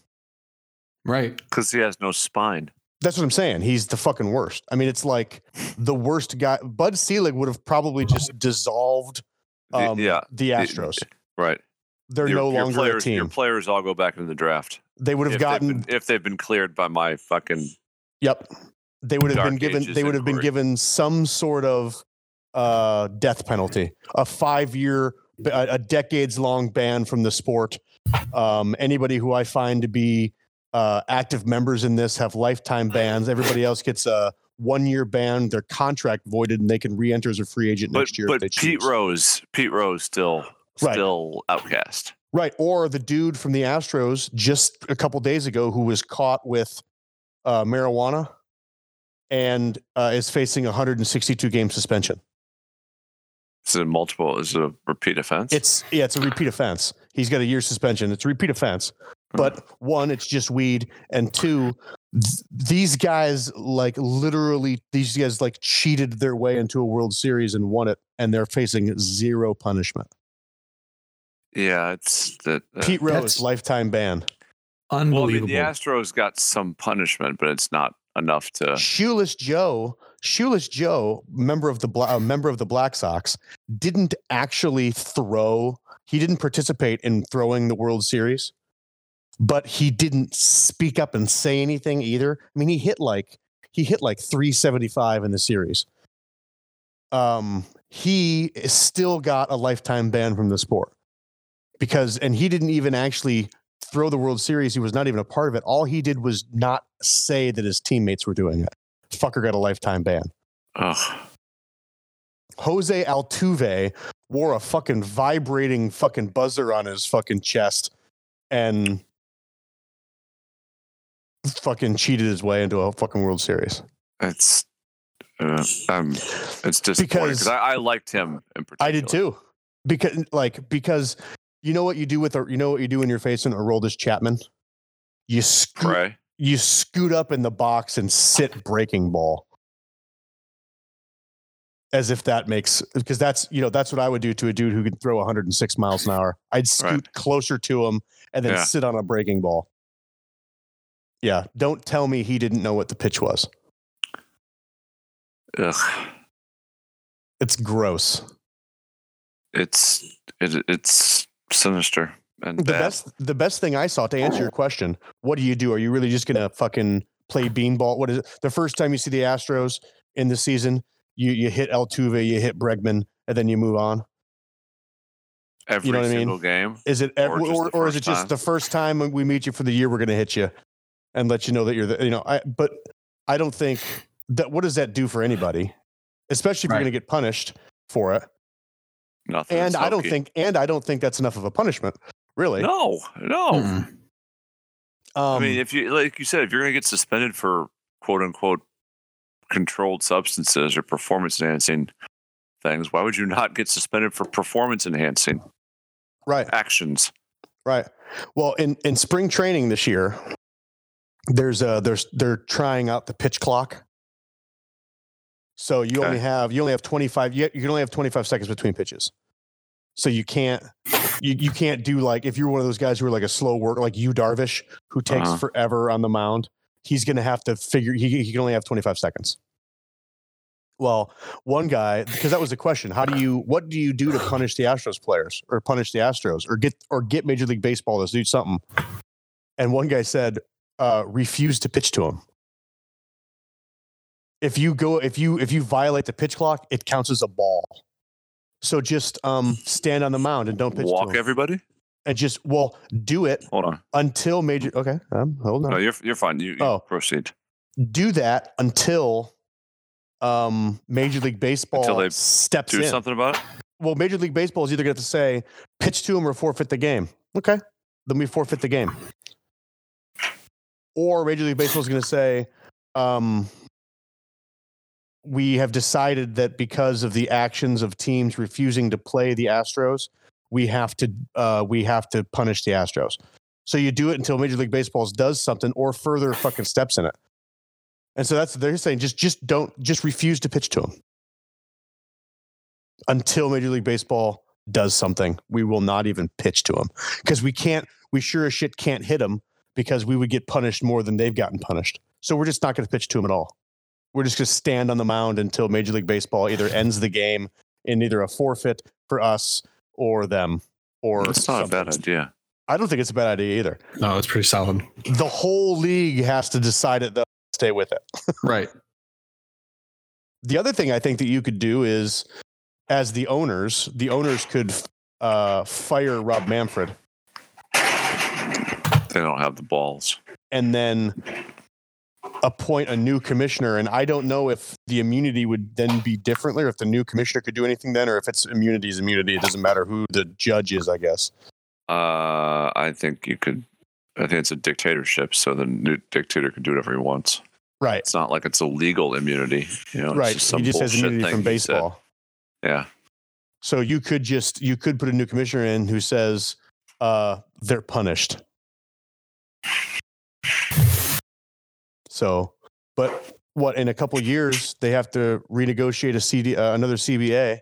Right.
Because he has no spine.
That's what I'm saying. He's the fucking worst. I mean, it's like the worst guy. Bud Selig would have probably just dissolved
The-
um,
yeah,
the Astros.
right.
They're
Your-
no
your
longer a
players,
team.
Your players all go back in the draft.
they would have
if
gotten
they've been, if they've been cleared by my fucking
Yep. They would have been
Dark
given
Ages
they would have been
inquiry.
given some sort of uh, death penalty, a five year, a, a decades long ban from the sport. Um, anybody who I find to be uh, active members in this have lifetime bans. Everybody else gets a one year ban, their contract voided, and they can re enter as a free agent
but
next year. if
but
they
Pete
choose.
Rose Pete Rose still
Right.
still outcast.
Right. Or the dude from the Astros just a couple days ago who was caught with uh, marijuana and uh, is facing a 162 game suspension.
It's a multiple. It's a repeat offense.
It's yeah, it's a repeat offense. He's got a year suspension. It's a repeat offense.
Mm. Hmm.
But one, it's just weed, and two, th- these guys like literally these guys like cheated their way into a World Series and won it, and they're facing zero punishment.
yeah. It's that. uh,
Pete Rose,
That's-
lifetime ban.
well, I
Unbelievable.
mean, the Astros got some punishment, but it's not enough to.
Shoeless Joe, Shoeless Joe, member of the Bla- uh, member of the Black Sox, didn't actually throw. He didn't participate in throwing the World Series, but he didn't speak up and say anything either. I mean, he hit like he hit like 375 in the series. Um, he is- still got a lifetime ban from the sport because, and he didn't even actually throw the World Series. He was not even a part of it. All he did was not say that his teammates were doing it. Fucker got a lifetime ban.
Ugh.
Jose Altuve wore a fucking vibrating fucking buzzer on his fucking chest and fucking cheated his way into a fucking World Series.
It's. Uh, I'm, it's disappointing because
Because-
I, I liked him in particular.
I did too. Because like because you know what you do with a, you know what you do when you're facing Aroldis Chapman? You scoot
Right.
you scoot up in the box and sit breaking ball as if that makes because that's you know that's what i would do to a dude who can throw 106 miles an hour i'd scoot
Right.
closer to him and then
Yeah.
sit on a breaking ball yeah don't tell me he didn't know what the pitch was
Ugh.
it's gross
it's it, it's sinister and
the
bad.
best the best thing i saw to answer your question what do you do are you really just gonna fucking play beanball what is it the first time you see the astros in the season you you hit altuve you hit bregman and then you move on
every
know what I mean?
single game.
Is it ev-
Or just
or,
the
or is
first
it just
time.
the first time when we meet you for the year we're going to hit you and let you know that you're the you know I but I don't think that what does that do for anybody, especially if
Right.
you're going to get punished for it.
Nothing.
And
It's
I don't
hokey.
think and I don't think that's enough of a punishment, really.
No, no.
Mm.
Um,
I mean, if you like you said, if you're going to get suspended for quote unquote controlled substances or performance enhancing things, why would you not get suspended for performance enhancing
right.
actions?
Right. Well, in in spring training this year, there's uh there's they're trying out the pitch clock. So you
Okay.
only have you only have 25 you, you can only have 25 seconds between pitches. So you can't you, you can't do like if you're one of those guys who are like a slow worker like you Darvish who takes
Uh-huh.
forever on the mound, he's going to have to figure he he can only have 25 seconds. Well, one guy because that was the question how do you what do you do to punish the astros players or punish the astros or get or get major league baseball to do something and one guy said uh, refuse to pitch to him if you go if you if you violate the pitch clock it counts as a ball so just um stand on the mound and don't pitch
Walk
to him.
everybody.
and just well do it
Hold on.
until major okay um, hold on
No, you're you're fine. You, you
Oh.
proceed.
do that until um major league baseball
they
steps
Do
in
something about it.
well, Major League Baseball is either going to have to say pitch to him or forfeit the game. Okay, then we forfeit the game. Or Major League Baseball is going to say, um, we have decided that because of the actions of teams refusing to play the Astros, we have to uh, we have to punish the Astros. So you do it until Major League Baseball does something or further fucking steps in it. And so that's they're saying just just don't just refuse to pitch to him until Major League Baseball does something, we will not even pitch to him because we can't. We sure as shit can't hit him because we would get punished more than they've gotten punished. So we're just not going to pitch to him at all. We're just going to stand on the mound until Major League Baseball either ends the game in either a forfeit for us or them or
It's not a
something.
bad idea.
I don't think it's a bad idea either.
No, it's pretty solid.
The whole league has to decide it though. Stay with it.
Right.
the other thing I think that you could do is, as the owners, the owners could uh, fire Rob Manfred,
They don't have the balls.
and then appoint a new commissioner. And I don't know if the immunity would then be differently, or if the new commissioner could do anything then, or if it's immunity is immunity. It doesn't matter who the judge is, I guess.
Uh, I think you could. I think it's a dictatorship, so the new dictator can do whatever he wants.
Right.
It's not like it's a legal immunity. You know, it's
Right.
just some
he just has
bullshit
immunity
thing
from
he said.
baseball.
Yeah,
So you could just you could put a new commissioner in who says uh, they're punished. So, but what in a couple of years they have to renegotiate a CD uh, another CBA,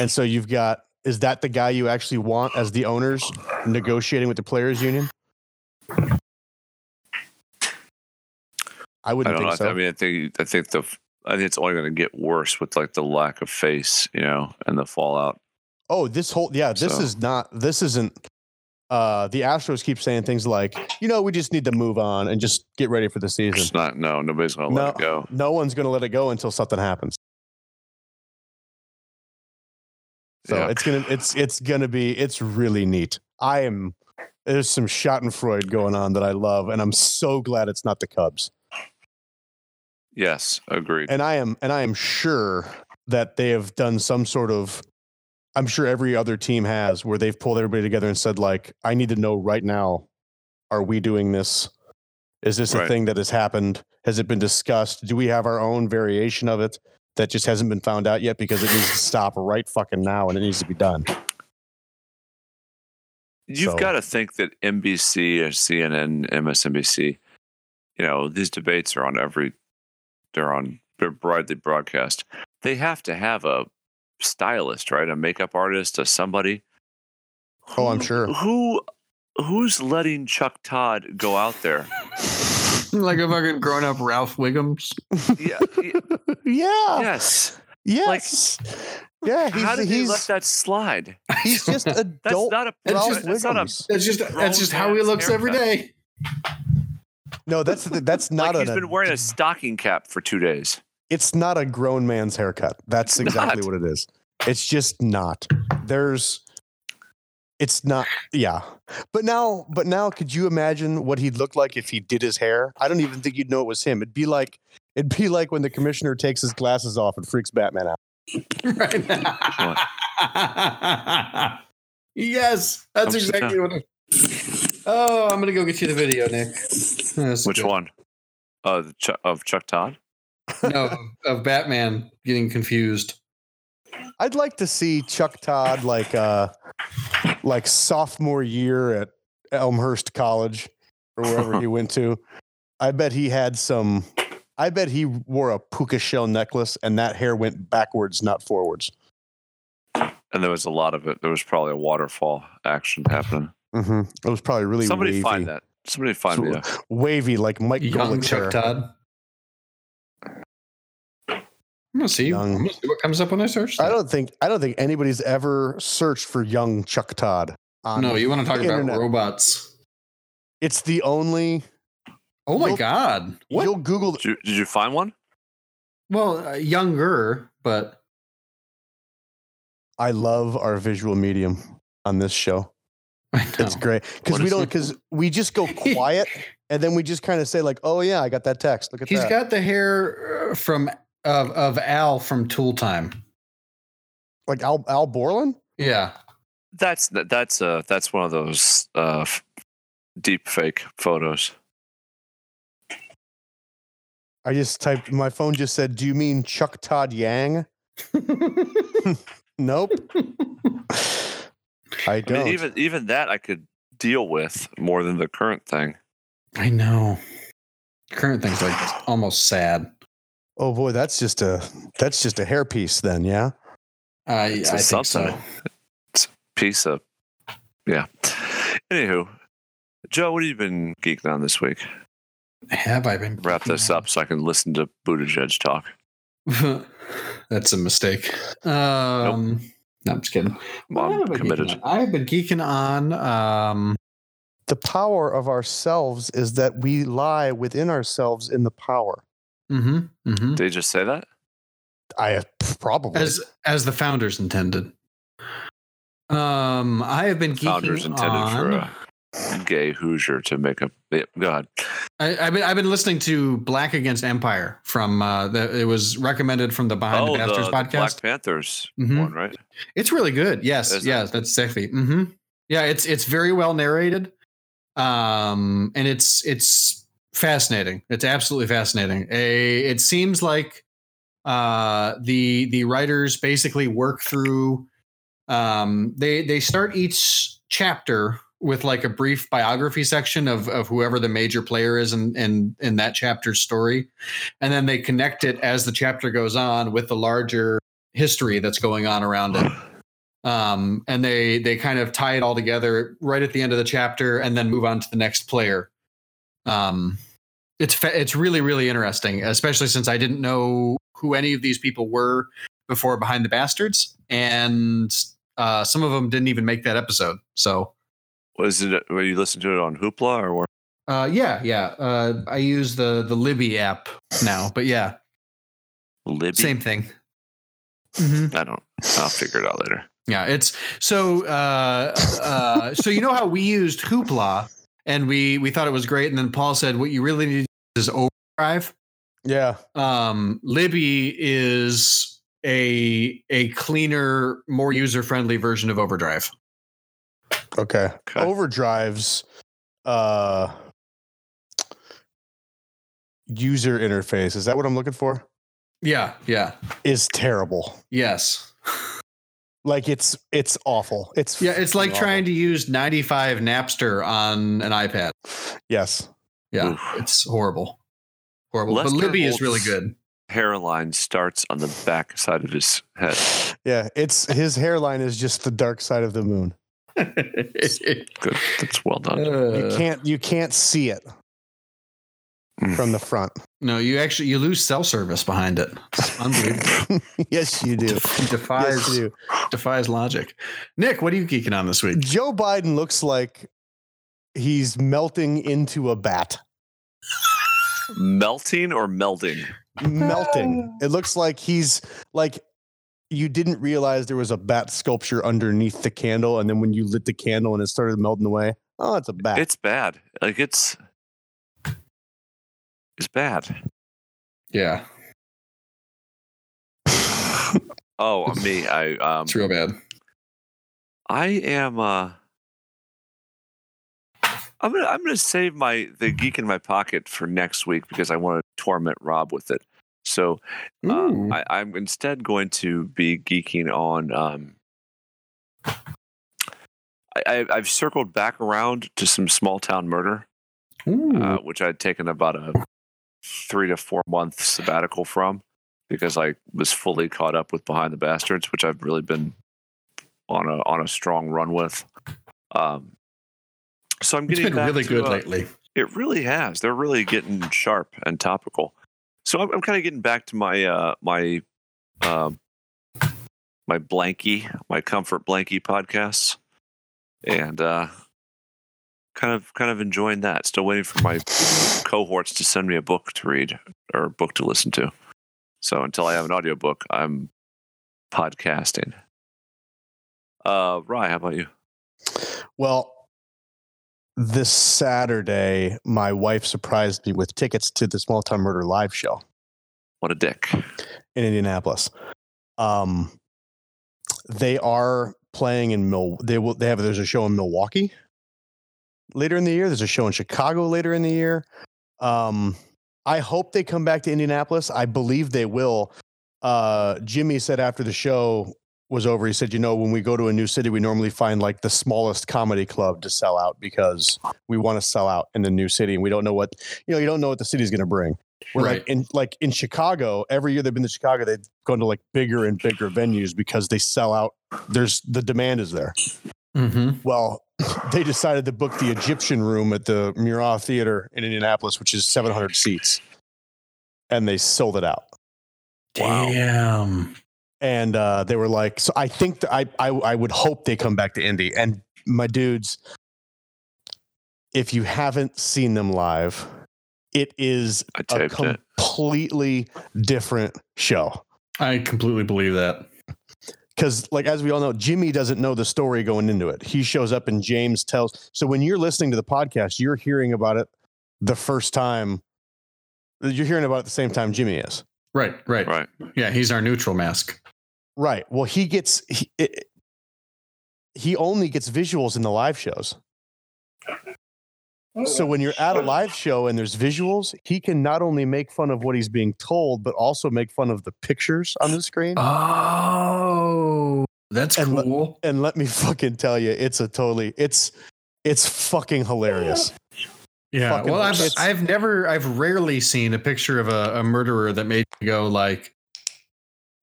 and so you've got is that the guy you actually want as the owners negotiating with the players union? I
I
wouldn't
don't
think
know.
so.
I mean, I think I think the I think it's only going to get worse with like the lack of face, you know, and the fallout.
Oh, this whole yeah, this
So-
is not this isn't uh the Astros keep saying things like, you know, we just need to move on and just get ready for the
It's
season.
not. No, nobody's going to let it go.
No one's gonna let it go until something happens. So
Yeah.
it's gonna it's it's gonna be it's really neat. I am there's some Schadenfreude going on that I love, and I'm so glad it's not the Cubs.
Yes, agreed.
and I am and I am sure that they have done some sort of I'm sure every other team has where they've pulled everybody together and said like I need to know right now are we doing this is this a
Right.
thing that has happened has it been discussed do we have our own variation of it that just hasn't been found out yet because it needs to stop right fucking now and it needs to be done
You've
So-
got to think that NBC or CNN, MSNBC, you know, these debates are on every, they're on, they're widely broadcast. They have to have a stylist, right? A makeup artist, a somebody.
Oh, I'm
Who-
sure.
Who, who's letting Chuck Todd go out there?
Like a fucking grown up Ralph Wiggums.
yeah, y-
yeah
yes.
yes yeah he's
How did he let
he's,
that slide?
he's just
That's
adult
not a.
That's
Ralph
just-
that's not a
Wiggums.
That's just
Grown man's haircut.
day.
no that's the- that's not
Like
an
he's been wearing a stocking cap for two days.
it's not a grown man's haircut. That's
It's
exactly
not.
what it is. It's just not. There's it's not yeah. But now but now could you imagine what he'd look like if he did his hair? I don't even think you'd know it was him. It'd be like it'd be like when the commissioner takes his glasses off and freaks Batman out.
Right. yes, that's
I'm just-
exactly what. I, oh, I'm gonna go get you the video, Nick. That's
Which
good.
one? Uh, the Chu of Chuck Todd.
No, of Batman getting confused.
I'd like to see Chuck Todd like uh like sophomore year at Elmhurst College or wherever he went to. I bet he had some I bet he wore a puka shell necklace and that hair went backwards, not forwards.
And there was a lot of it. There was probably a waterfall action happening.
Mm-hmm. It was probably really
Somebody
wavy.
find that. Somebody find
So-
me. a-
Wavy like Mike
Young
Golick's
Chuck
hair.
Todd. I'm gonna see.
Young.
I'm gonna see what comes up when I search.
I
that.
don't think I don't think anybody's ever searched for young Chuck Todd. on-
No, you want to talk about
Internet.
robots?
it's the only
Oh my
You'll-
god!
you'll Google
Did you, did you find one?
Well, uh, younger, but
I love our visual medium on this show.
I know.
It's great because
What
we
is
don't
it?
because we just go quiet and then we just kind of say like, "Oh yeah, I got that text. Look at
He's
that."
got the hair uh, from of of Al from Tool Time.
like Al Al Borland.
Yeah,
That's that's uh that's one of those uh f- deep fake photos.
I just typed my phone just said, "Do you mean Chuck Todd Yang?" Nope. I
I
don't.
mean, even even that I could deal with more than the current thing.
I know. Current things like this, almost sad.
oh boy, that's just a that's just a hairpiece then, yeah.
I, I
It's a
think so.
something. Piece of yeah. Anywho, Joe, what have you been geeking on this week?
Have I been
Wrap this up so I can listen to Buttigieg talk.
That's a mistake. Um, No, I'm just kidding. What have I
I'm
been geeking
committed.
on? I've been geeking on. Um,
The power of ourselves is that we lie within ourselves in the power.
hmm hmm
Did he just say that?
I probably
as as the founders intended. Um, I have been geeking
Founders intended
on,
for a gay Hoosier to make a. Yeah, go ahead.
I, I've been I've been listening to Black Against Empire from uh, the, it was recommended from the Behind
oh,
the Bastards
the, the
podcast.
Black Panthers
Mhm.
one, right?
It's really good. Yes,
Is it?
yes, that's exactly. hmm Yeah, it's it's very well narrated, um, and it's it's fascinating. It's absolutely fascinating. A, it seems like uh, the the writers basically work through. Um, they they start each chapter with like a brief biography section of of whoever the major player is in in in that chapter's story, and then they connect it as the chapter goes on with the larger history that's going on around it um, and they they kind of tie it all together right at the end of the chapter and then move on to the next player um, it's fa- it's really really interesting especially since i didn't know who any of these people were before behind the bastards and uh, some of them didn't even make that episode so
Was it? Were you listening to it on Hoopla or where?
uh, yeah yeah uh, i use the the libby app now but yeah
Libby?
same thing
I don't. I'll figure it out later.
Yeah, it's so uh, uh, so you know how we used Hoopla and we we thought it was great, and then Paul said what you really need is Overdrive.
yeah.
Um, Libby is a a cleaner, more user friendly version of Overdrive.
Okay.
Okay.
Overdrive's uh user interface. Is that what I'm looking for?
Yeah, yeah,
Is terrible.
yes,
Like it's it's awful. It's
yeah. It's like
fucking
trying to use ninety five Napster on an iPad.
awful. Yes.
Yeah,
Oof.
it's horrible, horrible.
Lester
but Libby is
Holt's-
really good.
Hairline starts on the back side of his head.
Yeah, it's his hairline is just the dark side of the moon.
Good. That's well done.
You
Uh,
can't you can't see it
Mm.
from the front.
No, you actually you lose cell service behind it. It's unbelievable.
yes, you do.
It defies
Yes, you do.
defies logic. Nick, what are you geeking on this week?
Joe Biden looks like he's melting into a bat.
Melting or melding?
melting. it looks like he's like you didn't realize there was a bat sculpture underneath the candle, and then when you lit the candle and it started melting away, oh, it's a bat.
It's bad. Like it's. It's bad.
Yeah,
Oh, me. I um. Oh,
it's real bad.
I am. Uh, I'm gonna I'm gonna save my the geek in my pocket for next week because I want to torment Rob with it. So um,
Ooh.
I, I'm instead going to be geeking on. Um, I, I, I've circled back around to some small town murder, uh, which I'd taken about a three to four month sabbatical from because I was fully caught up with Behind the Bastards, which I've really been on a on a strong run with. Um, so I'm
it's
getting
been
back
really
to,
good
uh,
lately.
it really has. They're really getting sharp and topical. So I'm, I'm kind of getting back to my uh, my uh, my blankie, my comfort blankie podcasts, and uh, kind of kind of enjoying that. Still waiting for my cohorts to send me a book to read or a book to listen to. So until I have an audiobook, I'm podcasting. Uh, Rye, how about you?
Well, this Saturday, my wife surprised me with tickets to the Small Town Murder live show
What a dick!
in Indianapolis. Um, they are playing in Mil. They will. They have. There's a show in Milwaukee later in the year. There's a show in Chicago later in the year. Um, I hope they come back to Indianapolis. I believe they will. Uh, Jimmy said after the show was over, he said, "You know, when we go to a new city, we normally find like the smallest comedy club to sell out because we want to sell out in the new city, and we don't know what you know. You don't know what the city's going to bring." We're
Right.
like in like in Chicago, every year they've been to Chicago, they've gone to like bigger and bigger venues because they sell out. There's the demand is there.
Mm-hmm.
Well, they decided to book the Egyptian room at the Murat Theater in Indianapolis, which is 700 seats, and they sold it out.
Damn.
And uh, they were like, so I think that I, I I would hope they come back to Indy. And my dudes, if you haven't seen them live, it is
I
a
taped it.
completely different show.
I completely believe that.
because like as we all know jimmy doesn't know the story going into it he shows up and james tells so when you're listening to the podcast you're hearing about it the first time you're hearing about it the same time jimmy is
Right, right,
Right.
Yeah, he's our neutral mask.
right well he gets he, it, he only gets visuals in the live shows so when you're at a live show and there's visuals he can not only make fun of what he's being told but also make fun of the pictures on the screen
Oh, that's
And le-
cool.
and let me fucking tell you it's a totally it's it's fucking hilarious
Yeah.
fucking
Well, I've,
it's-
I've never, I've rarely seen a picture of a, a murderer that made me go like,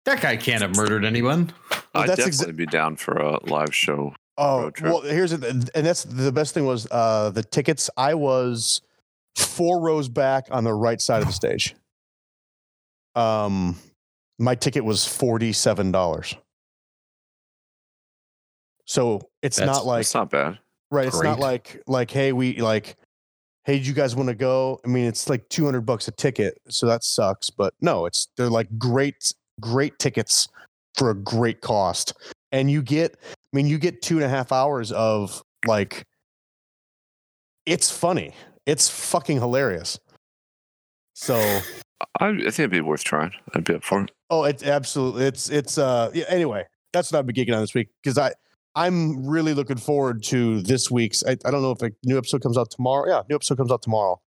that guy can't have murdered anyone.
Well,
I'd
Oh, that's
definitely
exa-
be down for a live show.
Oh
road trip.
well, here's the, and that's the best thing was uh, the tickets. I was four rows back on the right side of the stage. Um, my ticket was forty seven dollars. So it's
That's-
not like
It's not bad.
right. It's not
great.
like like hey we like hey do you guys want to go? I mean it's like two hundred bucks a ticket, so that sucks. But no, it's they're like great great tickets for a great cost, and you get I mean, you get two and a half hours of like, it's funny. It's fucking hilarious. So,
I, I think it'd be worth trying. I'd be up for it.
oh, it's absolutely, it's, it's, uh, yeah, anyway, that's what I've been geeking on this week because I, I'm really looking forward to this week's. I, I don't know if a new episode comes out tomorrow. Yeah, new episode comes out tomorrow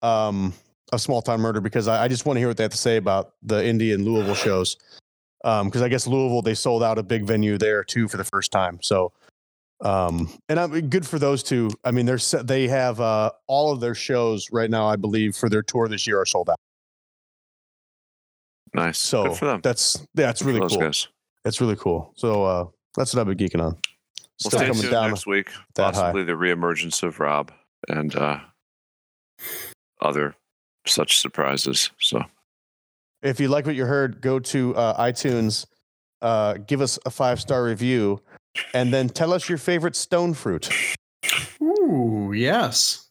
um, of Small Town Murder because I, I just want to hear what they have to say about the Indy and Louisville shows. Because I guess Louisville, they sold out a big venue there too for the first time. So, um, and I'm good for those two. I mean, they're se- they have uh, all of their shows right now, I believe, for their tour this year are sold out.
Nice.
So
Good for them.
that's that's
Good for
really
those
cool.
guys.
That's really cool. So uh, that's what I've been geeking on.
We'll
Still
stay
coming
tuned
down
next week.
that high.
possibly the reemergence of Rob and uh, other such surprises. So
If you like what you heard, go to uh, iTunes, uh, give us a five star review, and then tell us your favorite stone fruit.
Ooh, yes.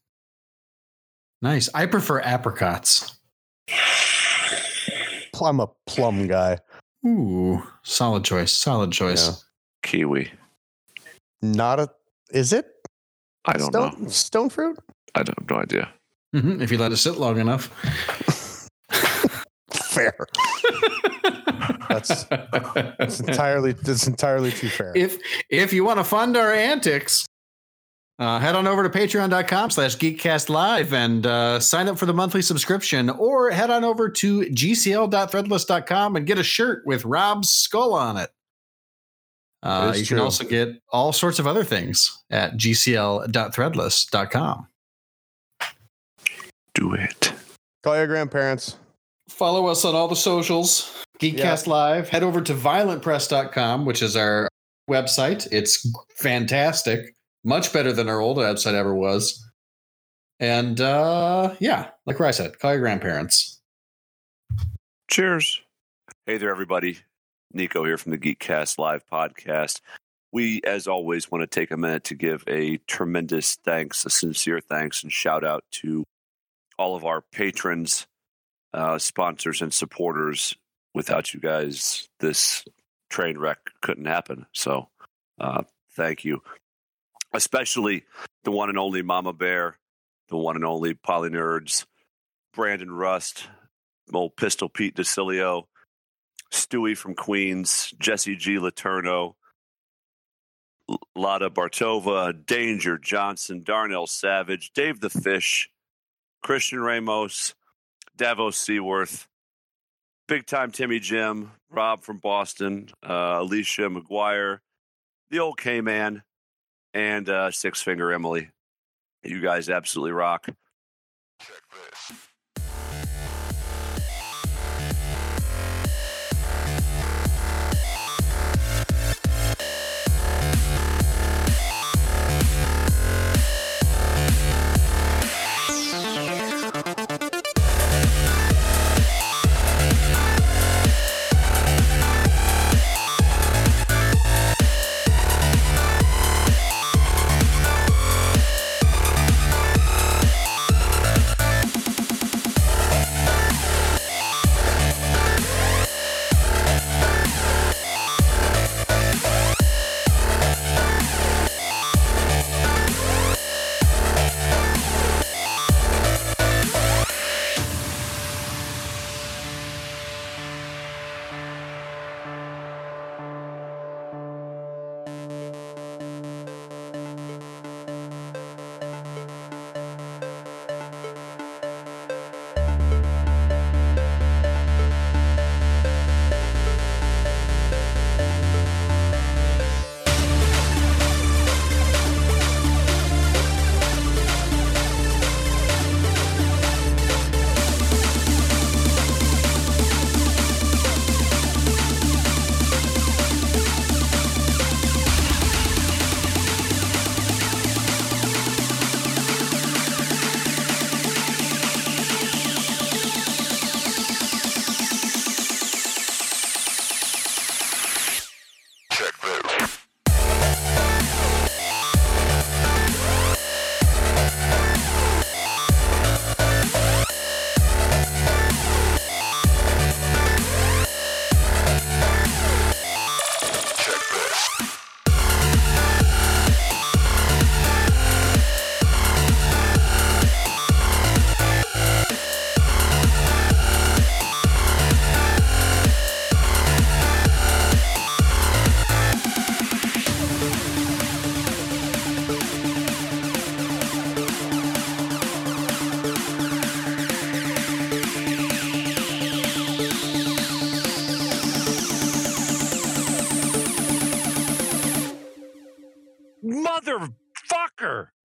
Nice. I prefer apricots.
Pl- I'm a plum guy.
Ooh, solid choice. Solid choice.
Yeah.
kiwi.
Not a. Is it?
I don't
stone,
know.
Stone fruit.
Mm-hmm,
I don't have no idea.
Mhm, If you let it sit long enough.
fair. That's that's entirely that's entirely too fair.
if if you want to fund our antics uh, head on over to patreon.com slash geekcast live and uh, sign up for the monthly subscription or head on over to gcl.threadless.com and get a shirt with rob's skull on it uh,
That is
you
true.
can also get all sorts of other things at gcl.threadless.com
Do it.
Call your grandparents.
follow us on all the socials geekcast live head over to violentpress.com which is our website it's fantastic much better than our old website ever was and uh yeah like i said call your grandparents
Cheers. Hey there, everybody. Nico here from the Geekcast Live podcast. We, as always, want to take a minute to give a tremendous thanks, a sincere thanks, and shout out to all of our patrons, uh, sponsors, and supporters. Without you guys, this train wreck couldn't happen. So, uh, thank you. Especially the one and only Mama Bear, the one and only Poly Nerds, Brandon Rust, old Pistol Pete DeCilio, Stewie from Queens, Jesse G. Letourneau, L- Lada Bartova, Danger Johnson, Darnell Savage, Dave the Fish, Christian Ramos, Davos Seaworth, Big Time Timmy Jim, Rob from Boston, uh, Alicia McGuire, the old K Man, and uh, Six Finger Emily. You guys absolutely rock.